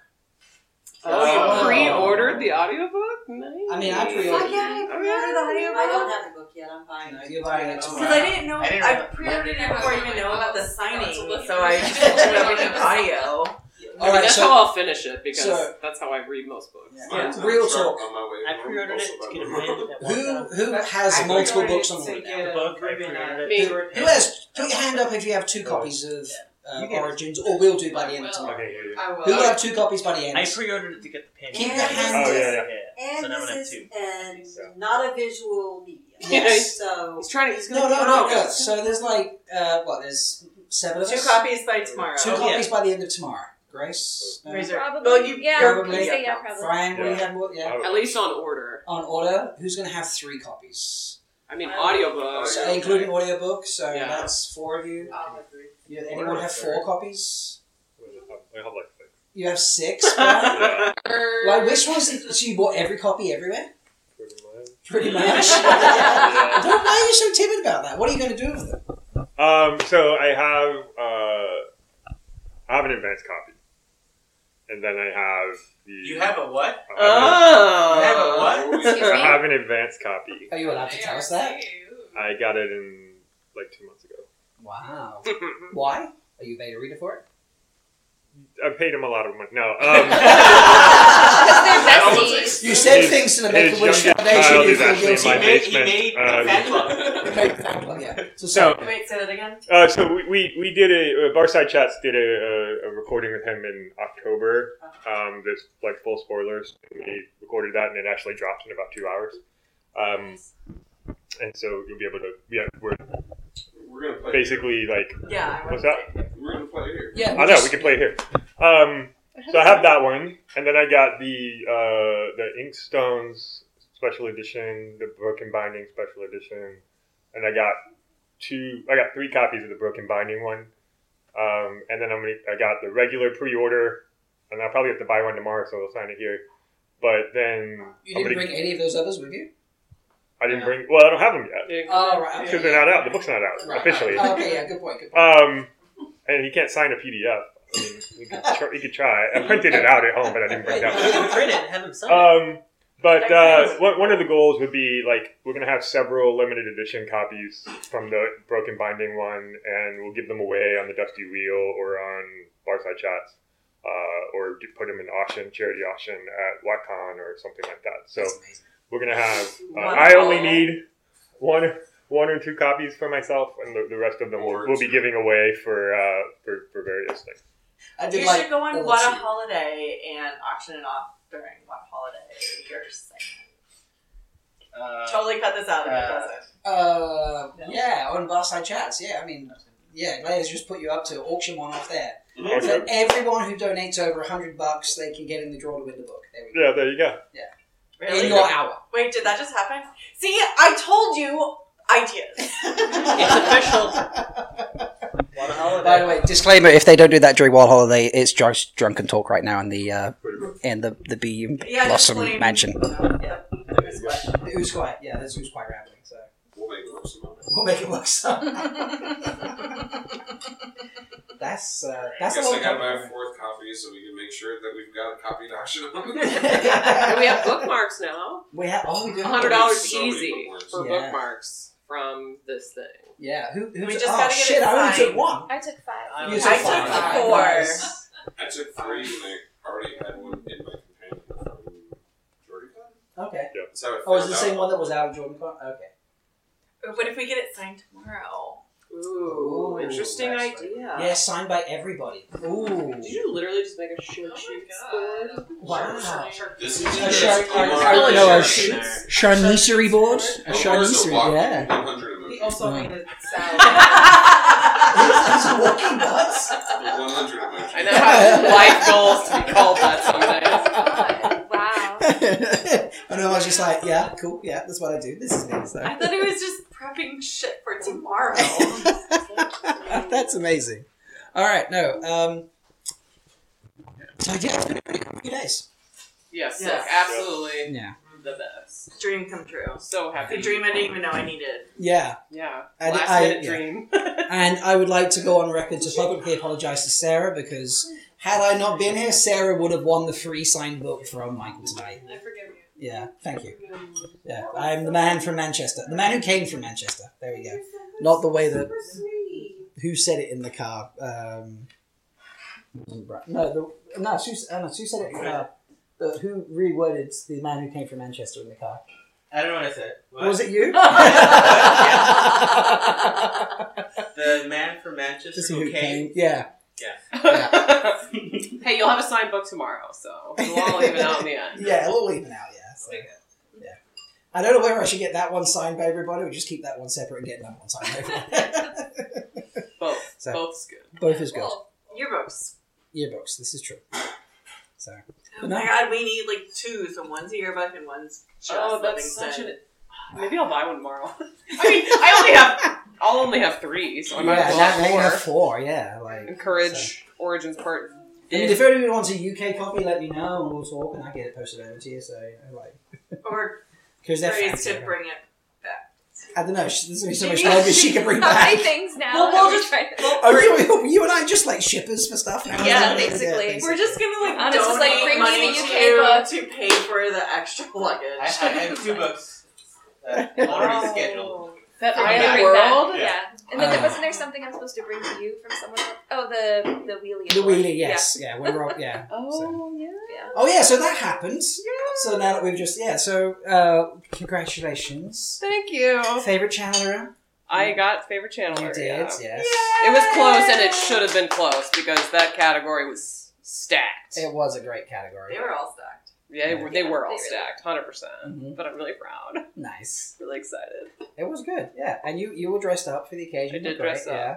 Speaker 2: Oh,
Speaker 3: Oh.
Speaker 2: you pre-ordered the audiobook? Nice.
Speaker 3: I mean, I
Speaker 6: Oh,
Speaker 3: pre-ordered.
Speaker 6: yeah,
Speaker 2: Oh,
Speaker 6: I
Speaker 2: yeah.
Speaker 6: pre-ordered the audiobook. I don't have the book yet. I'm
Speaker 3: You
Speaker 6: buying
Speaker 3: know,
Speaker 6: it.
Speaker 3: you're buying it
Speaker 4: Because
Speaker 3: tomorrow.
Speaker 4: I didn't know
Speaker 10: I didn't
Speaker 4: I
Speaker 10: know.
Speaker 4: pre-ordered it before even knowing about the signing,
Speaker 7: That's a
Speaker 4: so I
Speaker 7: list.
Speaker 4: just did everything audio.
Speaker 2: I mean,
Speaker 3: All right,
Speaker 2: that's
Speaker 3: so-
Speaker 2: how I'll finish it because
Speaker 3: so-
Speaker 2: that's how I read most books.
Speaker 3: Yeah.
Speaker 8: Mine's on
Speaker 3: Real
Speaker 8: the truck
Speaker 3: talk.
Speaker 8: On my way
Speaker 11: I
Speaker 8: home,
Speaker 11: pre-ordered
Speaker 8: also
Speaker 11: it
Speaker 8: by
Speaker 11: to get a
Speaker 8: my mom.
Speaker 11: bid at one
Speaker 3: Who
Speaker 11: time.
Speaker 3: who has
Speaker 11: I
Speaker 3: multiple
Speaker 11: pre-ordered
Speaker 3: books
Speaker 11: it
Speaker 3: on
Speaker 11: to
Speaker 3: right
Speaker 11: get
Speaker 3: now?
Speaker 11: a book. I pre-ordered
Speaker 2: Me.
Speaker 11: it to a
Speaker 3: Who has? Put your hand up if you have two copies of uh,
Speaker 11: You get it.
Speaker 3: Origins, or we'll do by the end of
Speaker 7: Well.
Speaker 3: tomorrow.
Speaker 5: Okay, yeah, yeah.
Speaker 7: I
Speaker 3: Who will
Speaker 7: will.
Speaker 3: have two copies by the end?
Speaker 11: I pre-ordered it to get the pin.
Speaker 3: Keep your
Speaker 6: hand-
Speaker 5: Oh, yeah, yeah.
Speaker 11: So
Speaker 6: And
Speaker 11: now I'm gonna have
Speaker 6: this is
Speaker 11: two.
Speaker 6: and
Speaker 5: So.
Speaker 6: not a visual medium.
Speaker 3: Yes.
Speaker 6: So
Speaker 2: He's trying to. He's
Speaker 3: no,
Speaker 2: gonna
Speaker 3: no, no, no. So there's like uh, what? There's seven of
Speaker 4: Two
Speaker 3: us.
Speaker 4: copies by tomorrow.
Speaker 3: Two copies by the end of tomorrow. Grace. Uh,
Speaker 4: Razor.
Speaker 9: Probably.
Speaker 4: Well, you-
Speaker 9: yeah.
Speaker 3: probably.
Speaker 9: I'd say yeah, probably.
Speaker 3: Frank, will you
Speaker 5: Yeah.
Speaker 3: have more? Yeah.
Speaker 5: I would-
Speaker 2: At least on order.
Speaker 3: On order, who's going to have three copies?
Speaker 2: I mean,
Speaker 7: I-
Speaker 5: Oh,
Speaker 2: audiobook.
Speaker 3: So, including audiobook, so
Speaker 2: Yeah.
Speaker 3: that's four of you.
Speaker 7: I'll have three.
Speaker 3: you anyone have four copies?
Speaker 5: I have like six.
Speaker 3: You have six. Brian?
Speaker 5: Yeah.
Speaker 3: like, which ones? Did, so you bought every copy everywhere?
Speaker 5: Pretty much.
Speaker 3: Pretty much.
Speaker 5: Yeah.
Speaker 3: Don't, why are you so timid about that? What are you going to do with them?
Speaker 5: Um, so I have uh, I have an advanced copy, and then I have the
Speaker 10: You have a what?
Speaker 5: I have a-
Speaker 2: Oh.
Speaker 10: You have a what?
Speaker 8: Oh, yeah.
Speaker 9: Excuse
Speaker 5: I
Speaker 9: me?
Speaker 5: have an advanced copy.
Speaker 3: Are you allowed to tell us that?
Speaker 5: I got it in like two months ago.
Speaker 3: Wow. Why? Are you beta reader for it?
Speaker 5: I paid him a lot of money. No, um,
Speaker 9: Because
Speaker 3: you said
Speaker 5: his-
Speaker 3: things to the
Speaker 5: his youngest
Speaker 3: Make-A-Wish Foundation.
Speaker 5: child
Speaker 3: You
Speaker 5: is
Speaker 3: feel
Speaker 5: actually in
Speaker 3: guilty.
Speaker 5: my
Speaker 10: made- he
Speaker 5: basement.
Speaker 10: made
Speaker 5: uh,
Speaker 10: a fan club.
Speaker 3: Well, yeah. So,
Speaker 5: So-
Speaker 3: sorry.
Speaker 4: Wait, say that again.
Speaker 5: Uh, so we, we, we did a uh, Barside Chats did a, a, a recording with him in October. Um, there's like full spoilers. We recorded that and it actually drops in about two hours. Um, and so you'll be able to yeah we're
Speaker 8: We're gonna play.
Speaker 5: basically like
Speaker 4: Yeah. I
Speaker 5: What's
Speaker 4: was-
Speaker 8: We're gonna play here.
Speaker 3: yeah.
Speaker 5: I know we can play it here. Um, so I have that one, and then I got the uh, the Inkstones special edition, the Broken Binding special edition, and I got two. I got three copies of the Broken Binding one, um, and then I'm gonna, I got the regular pre-order, and I'll probably have to buy one tomorrow, so I'll sign it here. But then
Speaker 3: You
Speaker 5: I'm
Speaker 3: didn't
Speaker 5: gonna-
Speaker 3: bring any of those others with you?
Speaker 5: I didn't bring. Well, I don't have them yet
Speaker 3: Oh, right.
Speaker 5: because
Speaker 3: Okay,
Speaker 5: they're not out. The book's not out
Speaker 3: Right.
Speaker 5: officially.
Speaker 3: Oh, okay, yeah, good point. Good point.
Speaker 5: Um, and he can't sign a PDF. I mean, he could, tr- he could try. I printed it out at home, but I didn't bring
Speaker 11: Right,
Speaker 5: it
Speaker 11: you can
Speaker 5: out.
Speaker 11: print it and have them sign it.
Speaker 5: Um, but uh, one, one of the goals would be like we're gonna have several limited edition copies from the broken binding one, and we'll give them away on the Dusty Wheel or on Barside Chats, uh, or do- put them in auction, charity auction at WatCon or something like that. So we're gonna have. Uh, I only need one, one or two copies for myself, and the, the rest of them we'll, we'll be giving away for uh, for, for various things.
Speaker 3: I did
Speaker 4: You
Speaker 3: like
Speaker 4: should go
Speaker 3: all
Speaker 4: on
Speaker 3: the
Speaker 4: What a
Speaker 3: cheap-
Speaker 4: Holiday and auction it off during What Holiday you're saying.
Speaker 11: Uh,
Speaker 4: Totally cut this out if it
Speaker 11: uh,
Speaker 4: doesn't.
Speaker 3: Uh, yeah, on Barside Chats. Yeah, I mean, yeah, Gladiator's just put you up to auction one off there.
Speaker 5: Okay.
Speaker 3: For everyone who donates over hundred bucks, they can get in the draw to win the book. There we go.
Speaker 5: Yeah, there you go.
Speaker 4: Really?
Speaker 3: In your hour.
Speaker 4: Wait, did that just happen? See, I told you ideas.
Speaker 11: It's official. What a holiday.
Speaker 3: By the way, disclaimer: if they don't do that during Wall Holiday, it's just drunken talk right now in the uh, in the the bee
Speaker 4: Yeah,
Speaker 3: blossom
Speaker 4: just blame-
Speaker 3: mansion.
Speaker 4: No, yeah.
Speaker 3: The ooze quite, yeah, that's ooze quite rambling. So
Speaker 8: We'll make it work somehow.
Speaker 3: we'll make it work. So that's uh,
Speaker 8: I
Speaker 3: that's the
Speaker 8: guess
Speaker 3: whole.
Speaker 8: I got my fourth copy, so we can make sure that we've got a copy to auction on.
Speaker 2: And we have bookmarks now.
Speaker 3: we have oh we do have-
Speaker 2: hundred dollars
Speaker 8: So many
Speaker 2: easy
Speaker 8: bookmarks.
Speaker 2: for
Speaker 3: Yeah.
Speaker 2: bookmarks from this thing.
Speaker 3: Yeah, who, who
Speaker 4: We
Speaker 3: took-
Speaker 4: just
Speaker 3: oh,
Speaker 4: gotta get it
Speaker 3: shit, I only took
Speaker 4: signed.
Speaker 3: one.
Speaker 9: I took five.
Speaker 3: You
Speaker 11: I
Speaker 3: took
Speaker 11: took
Speaker 3: five.
Speaker 4: four.
Speaker 3: Nice.
Speaker 8: I took three, and I already had one in my companion from Jordan.
Speaker 3: Okay.
Speaker 8: That's how I
Speaker 3: Oh, is it
Speaker 8: found
Speaker 3: the
Speaker 8: out.
Speaker 3: same one that was out of Jordan Clark? Okay.
Speaker 4: What if we get it signed tomorrow?
Speaker 2: Ooh,
Speaker 3: Ooh,
Speaker 2: interesting
Speaker 11: nice.
Speaker 2: idea.
Speaker 3: Yeah, signed by everybody. Ooh.
Speaker 2: Did you literally just make a shit
Speaker 7: Oh my
Speaker 2: sheet
Speaker 7: God.
Speaker 2: squad?
Speaker 3: Wow.
Speaker 8: This is
Speaker 3: A
Speaker 8: either
Speaker 3: shark,
Speaker 8: or-
Speaker 3: I know a sh- charnisserie board. A
Speaker 8: or a
Speaker 3: charnisserie,
Speaker 8: walking
Speaker 3: yeah.
Speaker 8: 100 of them.
Speaker 7: He also
Speaker 3: Mm.
Speaker 7: made a salad.
Speaker 3: It's walking nuts.
Speaker 8: The 100 of them.
Speaker 2: I know how life goals to be called that someday.
Speaker 9: Wow.
Speaker 3: and I was just like, yeah, cool, yeah, that's what I do. This is me.
Speaker 4: I
Speaker 3: So.
Speaker 4: thought it was just prepping shit for tomorrow.
Speaker 3: that's amazing. All right, no. Um, so yeah, it's been a pretty cool few days.
Speaker 2: Yes,
Speaker 4: Yes.
Speaker 2: absolutely
Speaker 3: Yeah.
Speaker 2: the best.
Speaker 4: dream come true.
Speaker 2: So happy.
Speaker 4: The dream I didn't even know I needed.
Speaker 3: Yeah,
Speaker 2: Yeah.
Speaker 3: And
Speaker 2: Last
Speaker 3: I-
Speaker 2: minute
Speaker 3: yeah.
Speaker 2: dream.
Speaker 3: and I would like to go on record to publicly apologise to Sarah because had I not been here, Sarah would have won the free signed book from Michael tonight.
Speaker 7: I forgive you.
Speaker 3: Yeah, thank you. Yeah, I am the man from Manchester. The man who came from Manchester. There we go. Not the way that. Who said it in the car? Um, no, the, no, she, uh, no, she said it in the car. The, who reworded the man who came from Manchester in the car?
Speaker 11: I don't know what I said. What?
Speaker 3: Was it you?
Speaker 11: The man from Manchester
Speaker 3: Just
Speaker 11: who came.
Speaker 3: Yeah.
Speaker 2: hey, you'll have a signed book tomorrow, so we'll all even out in the end.
Speaker 3: Yeah, we'll leave it out, yeah. So, yeah. I don't know whether I should get that one signed by everybody or just keep that one separate and get that one signed by everybody.
Speaker 2: Both.
Speaker 3: So-
Speaker 2: Both's good.
Speaker 3: Both is good.
Speaker 4: Yearbooks.
Speaker 3: Yearbooks, this is true. So.
Speaker 4: Oh my god, we need like two. So one's a yearbook and one's just
Speaker 2: oh, that's
Speaker 4: Livingston.
Speaker 2: such an. Maybe I'll buy one tomorrow. I mean, I only have. I'll only have three, so I might
Speaker 3: yeah,
Speaker 2: as
Speaker 3: that
Speaker 2: well
Speaker 3: may
Speaker 2: have
Speaker 3: have
Speaker 2: four.
Speaker 3: four, yeah. Like,
Speaker 2: Encourage Origins Part.
Speaker 3: I mean, if anyone wants a UK copy, let me know and we'll talk and I get it posted over to you. So, you know, like,
Speaker 4: Or
Speaker 3: because they're
Speaker 4: Grace
Speaker 3: fancy.
Speaker 4: to bring it back.
Speaker 3: I don't know. She, there's only so much
Speaker 9: Maybe-
Speaker 3: luggage she can bring
Speaker 9: how
Speaker 3: back.
Speaker 9: many things now?
Speaker 4: Well, we'll
Speaker 9: Are we
Speaker 4: just-
Speaker 9: trying to-
Speaker 3: Oh, you, you and I are just like shippers for stuff now.
Speaker 9: Yeah, basically.
Speaker 4: We're just gonna like
Speaker 9: Honest, it's
Speaker 4: donate
Speaker 9: like, bring me
Speaker 4: money
Speaker 9: the UK
Speaker 4: to, to pay for the extra luggage.
Speaker 10: I have, I have two books that are already
Speaker 4: Oh.
Speaker 10: scheduled.
Speaker 4: That
Speaker 10: Bring
Speaker 4: I
Speaker 10: back.
Speaker 4: am
Speaker 10: Bring
Speaker 4: world.
Speaker 9: Yeah. And then there wasn't there something I'm supposed to bring to you from someone else? Oh, the the wheelie.
Speaker 3: The wheelie, yes, yeah, we're all, yeah.
Speaker 4: Oh yeah.
Speaker 3: Oh yeah, so that happened. So now that we've just yeah, so uh, congratulations,
Speaker 2: Thank you.
Speaker 3: favorite channeler.
Speaker 2: I got favorite channel.
Speaker 3: You did,
Speaker 2: Oh. yeah.
Speaker 3: yes.
Speaker 2: It was close, and it should have been close because that category was stacked.
Speaker 3: It was a great category.
Speaker 4: They were all stacked.
Speaker 2: yeah, they were- they
Speaker 9: Yeah,
Speaker 2: were all
Speaker 9: they really
Speaker 2: stacked, 100%.
Speaker 3: Mhm.
Speaker 2: But I'm really proud.
Speaker 3: Nice.
Speaker 2: Really excited.
Speaker 3: It was good. Yeah, and you you were dressed up for the occasion.
Speaker 2: I did
Speaker 3: great,
Speaker 2: dress up.
Speaker 3: Yeah.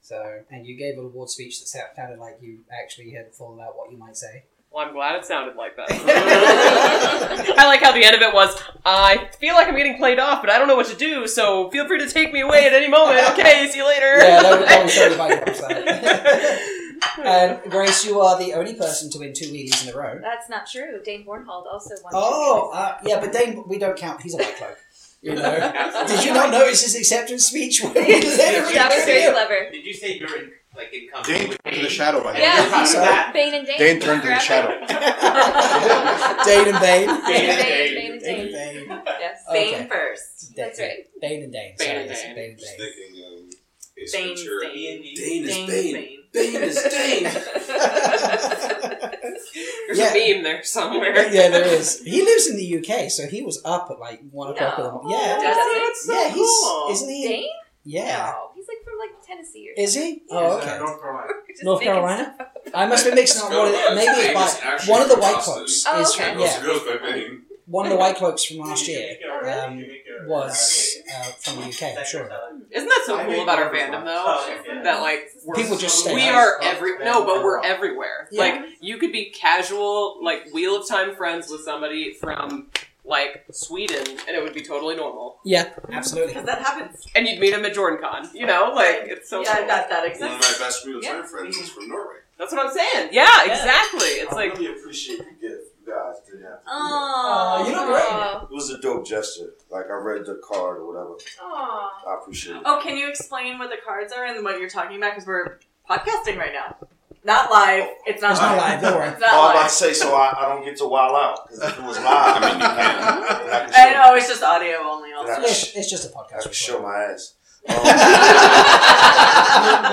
Speaker 3: So and you gave an award speech that sa- sounded like you actually had thought about what you might say.
Speaker 2: Well, I'm glad it sounded like that. I like how the end of it was I feel like I'm getting played off, but I don't know what to do, so feel free to take me away at any moment. Okay, see you later.
Speaker 3: Yeah, that was, that was totally my voice, that. um, Grace, you are the only person to win two wheelies in a row.
Speaker 9: That's not true. Dane Bornhold also won.
Speaker 3: Oh, uh, yeah, but Dane, we don't count. He's a white cloak. You know. Did you not notice his acceptance speech? When he was there?
Speaker 9: that was very clever.
Speaker 10: Did you say you're in, like in
Speaker 11: Dane
Speaker 10: company?
Speaker 11: turned to the shadow. I
Speaker 9: Yeah.
Speaker 11: think.
Speaker 10: Proud of
Speaker 3: so.
Speaker 10: that?
Speaker 9: Bane and Dane.
Speaker 11: Dane turned to the
Speaker 9: Forever.
Speaker 11: shadow.
Speaker 3: Dane and Bane.
Speaker 9: Bane and
Speaker 10: Dane.
Speaker 9: Dane. Bane and
Speaker 3: Dane and
Speaker 9: Dane.
Speaker 3: Bane.
Speaker 4: Yes.
Speaker 3: Okay.
Speaker 4: Bane first.
Speaker 9: That's right.
Speaker 3: Bane and Dane.
Speaker 10: Bane
Speaker 3: Sorry,
Speaker 10: and
Speaker 3: yes,
Speaker 10: Dane.
Speaker 3: Bane and
Speaker 8: Just
Speaker 3: Dane.
Speaker 8: thinking, um, Ace
Speaker 4: Bane's
Speaker 8: Ventura.
Speaker 4: Dane.
Speaker 11: Dane is
Speaker 4: Dane's
Speaker 11: Bane.
Speaker 4: Bane.
Speaker 11: Bane is Dane.
Speaker 2: There's
Speaker 3: Yeah.
Speaker 2: a meme there somewhere.
Speaker 3: yeah, there is. He lives in the UK, so he was up at like one o'clock in the morning. Yeah,
Speaker 9: Does
Speaker 4: Doesn't
Speaker 9: it?
Speaker 4: it?
Speaker 3: yeah, he's
Speaker 4: cool.
Speaker 3: isn't he?
Speaker 9: Dane?
Speaker 3: Yeah,
Speaker 9: No, he's like from like Tennessee or
Speaker 3: is he? Oh,
Speaker 8: uh,
Speaker 3: okay.
Speaker 11: North Carolina.
Speaker 9: Just
Speaker 3: North
Speaker 9: making
Speaker 3: Carolina. I must be mixing up one. Of the, maybe it's
Speaker 8: Vegas,
Speaker 3: by
Speaker 8: actually
Speaker 3: one of the
Speaker 8: from
Speaker 3: white
Speaker 8: Austin.
Speaker 3: cloaks.
Speaker 9: Oh,
Speaker 3: is
Speaker 9: okay.
Speaker 3: from,
Speaker 8: Goes-
Speaker 3: yeah,
Speaker 8: goes by Bane.
Speaker 3: one of the white cloaks from last year
Speaker 10: Um,
Speaker 3: was uh, from the UK. I'm sure.
Speaker 2: Isn't that so
Speaker 11: I
Speaker 2: cool
Speaker 11: hate
Speaker 2: about our
Speaker 11: Marvel's
Speaker 2: fandom
Speaker 11: life.
Speaker 2: though?
Speaker 10: Oh, yeah.
Speaker 2: That like we're
Speaker 3: People just stay
Speaker 2: we
Speaker 3: out.
Speaker 2: are every no, but we're
Speaker 11: Yeah.
Speaker 2: everywhere.
Speaker 3: Yeah.
Speaker 2: Like you could be casual, like Wheel of Time friends with somebody from like Sweden, and it would be totally normal.
Speaker 3: Yeah, absolutely.
Speaker 4: Because that happens.
Speaker 2: And you'd meet him at JordanCon, you know? Like it's so.
Speaker 4: yeah,
Speaker 2: cool.
Speaker 4: that that
Speaker 8: One of
Speaker 4: exists.
Speaker 8: my best real time
Speaker 4: Yeah.
Speaker 8: friends is from Norway.
Speaker 2: That's what I'm saying. Yeah, exactly. It's
Speaker 11: I
Speaker 2: like Um.
Speaker 11: really appreciate the gift you guys did have.
Speaker 9: Oh,
Speaker 3: you look great.
Speaker 11: It was a dope gesture. Like I read the card or whatever.
Speaker 4: Aw.
Speaker 11: I appreciate it.
Speaker 4: Oh, can you explain what the cards are and what you're talking about? Because we're podcasting right now. Not live. It's not
Speaker 3: It's not
Speaker 4: live.
Speaker 3: live. Don't worry.
Speaker 4: It's
Speaker 11: Oh, I'm
Speaker 4: not
Speaker 11: about to
Speaker 4: live.
Speaker 11: say so I, I don't get to wild out because if it was live, I mean you can. I,
Speaker 4: I
Speaker 11: can show,
Speaker 4: know, it's just audio only
Speaker 11: Yeah.
Speaker 4: also.
Speaker 3: It's, it's just a
Speaker 11: I
Speaker 3: podcast.
Speaker 11: can
Speaker 3: recording.
Speaker 11: show my ass. Um,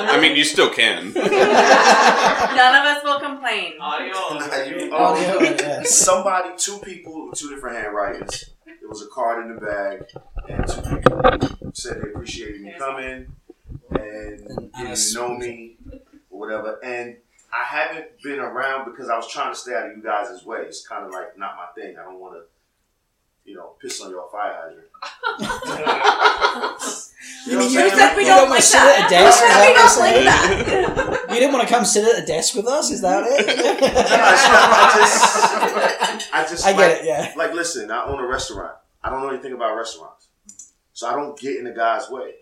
Speaker 8: I mean, you still can.
Speaker 4: None of us will complain.
Speaker 11: now you-
Speaker 3: Oh,
Speaker 11: um,
Speaker 3: yeah, yes.
Speaker 11: somebody, two people, two different handwritings. There was a card in the bag, and two people said they appreciated me coming and getting to know me or whatever. And I haven't been around because I was trying to stay out of you guys' way. It's kind of like not my thing. I don't want to, you know, piss on your fire hydrant.
Speaker 3: You
Speaker 11: what
Speaker 3: mean you
Speaker 11: I'm
Speaker 3: don't-
Speaker 11: saying?
Speaker 4: said we
Speaker 3: you
Speaker 4: don't
Speaker 3: don't
Speaker 4: like
Speaker 3: want to sit
Speaker 4: that.
Speaker 3: at a desk?
Speaker 4: We
Speaker 3: Is that what you're
Speaker 4: don't like
Speaker 3: saying?
Speaker 4: that.
Speaker 3: You didn't want to come sit at a desk with us? Is that
Speaker 11: No, it's
Speaker 3: it?
Speaker 11: not. I just, I just
Speaker 3: I
Speaker 11: like-
Speaker 3: get it. Yeah.
Speaker 11: like listen, I own a restaurant. I don't know anything about restaurants. So I don't get in a guy's way.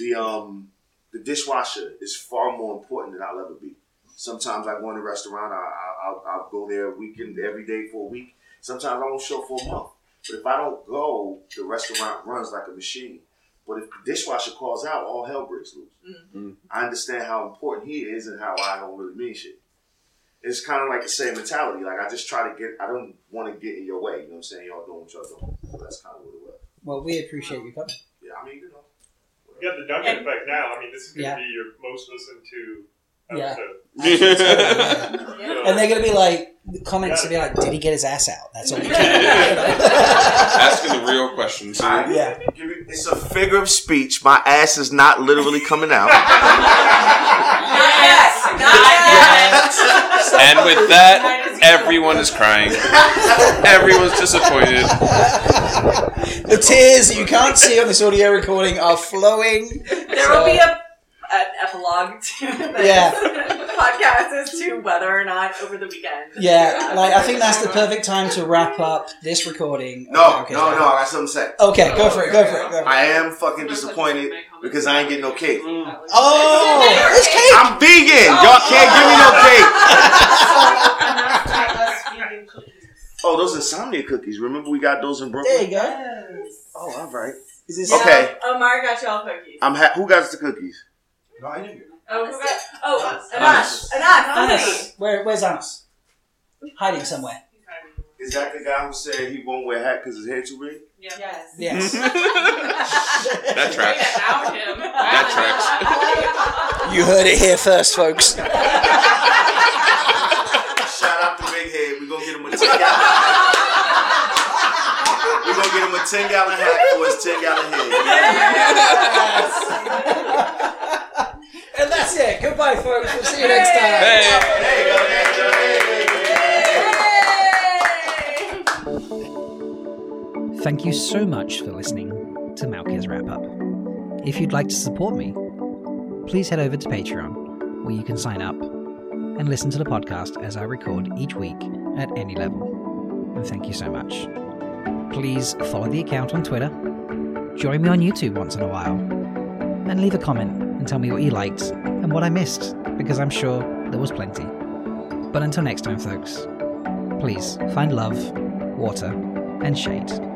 Speaker 11: The um the dishwasher is far more important than I'll ever be. Sometimes I go in a restaurant, I, I, I'll, I'll go there a weekend every day for a week. Sometimes I won't show for a month. But if I don't go, the restaurant runs like a machine. But if the dishwasher calls out, all hell breaks loose.
Speaker 8: Mm.
Speaker 11: I understand how important he is and how I don't really mean shit it's kind of like the same mentality. Like I just try to get. I don't want to get in your way. You know what I'm saying? Y'all doing what y'all doing. So that's kind of what it was.
Speaker 3: Well, we appreciate you coming.
Speaker 11: Yeah, I mean, you know.
Speaker 5: You got the Duncan effect now. I mean, this is going
Speaker 3: Yeah.
Speaker 5: to be your most listened to
Speaker 3: Yeah.
Speaker 5: episode. So-
Speaker 3: And they're going to be like, the comments will be like, did he get his ass out? That's all we care
Speaker 8: Asking the real questions.
Speaker 11: Alright,
Speaker 3: Yeah.
Speaker 11: give me- It's a figure of speech. My ass is not literally coming out.
Speaker 4: Not yet. Not yet.
Speaker 8: And with that, everyone is crying. Everyone's disappointed.
Speaker 3: The tears that you can't see on this audio recording are flowing.
Speaker 4: There will be a, an epilogue to this
Speaker 3: Yeah.
Speaker 4: podcast as to whether or not over the weekend.
Speaker 3: Yeah, like I think that's the perfect time to wrap up this recording.
Speaker 11: No,
Speaker 3: Okay,
Speaker 11: Oh, no, no. I got something to say.
Speaker 3: Okay, go for it, go for it, go for it.
Speaker 11: I am fucking disappointed because I ain't getting no cake.
Speaker 2: Mm.
Speaker 3: Oh, it's cake!
Speaker 11: I'm vegan. Y'all can't give me no cake. Oh, those insomnia cookies. Remember we got those in
Speaker 3: There
Speaker 11: Brooklyn.
Speaker 3: you go.
Speaker 11: Oh, all right.
Speaker 3: Is this
Speaker 11: Okay.
Speaker 4: Oh, Omar got y'all cookies.
Speaker 11: I'm ha- who got us the cookies?
Speaker 3: No, I knew you.
Speaker 4: Oh, who got, oh,
Speaker 11: Anas.
Speaker 4: Anas. Anas.
Speaker 3: Anas. Where, where's Anas? Hiding somewhere.
Speaker 11: Is that the guy who said he won't wear a hat because his head too big?
Speaker 4: Yes.
Speaker 3: Yes.
Speaker 8: That tracks.
Speaker 2: Out him.
Speaker 8: That tracks.
Speaker 3: You heard it here first, folks.
Speaker 11: Shout out to Big Head. We're gonna get him a ten gallon. We're gonna get him a ten gallon hat for his ten gallon head.
Speaker 3: and that's it. Goodbye, folks. We'll see you next time.
Speaker 8: Hey.
Speaker 11: There you go, there you go, there you go, there you go.
Speaker 1: Thank you so much for listening to Malkia's Wrap Up. If you'd like to support me, please head over to Patreon, where you can sign up and listen to the podcast as I record each week at any level. And thank you so much. Please follow the account on Twitter, join me on YouTube once in a while, and leave a comment and tell me what you liked and what I missed, because I'm sure there was plenty. But until next time, folks, please find love, water, and shade.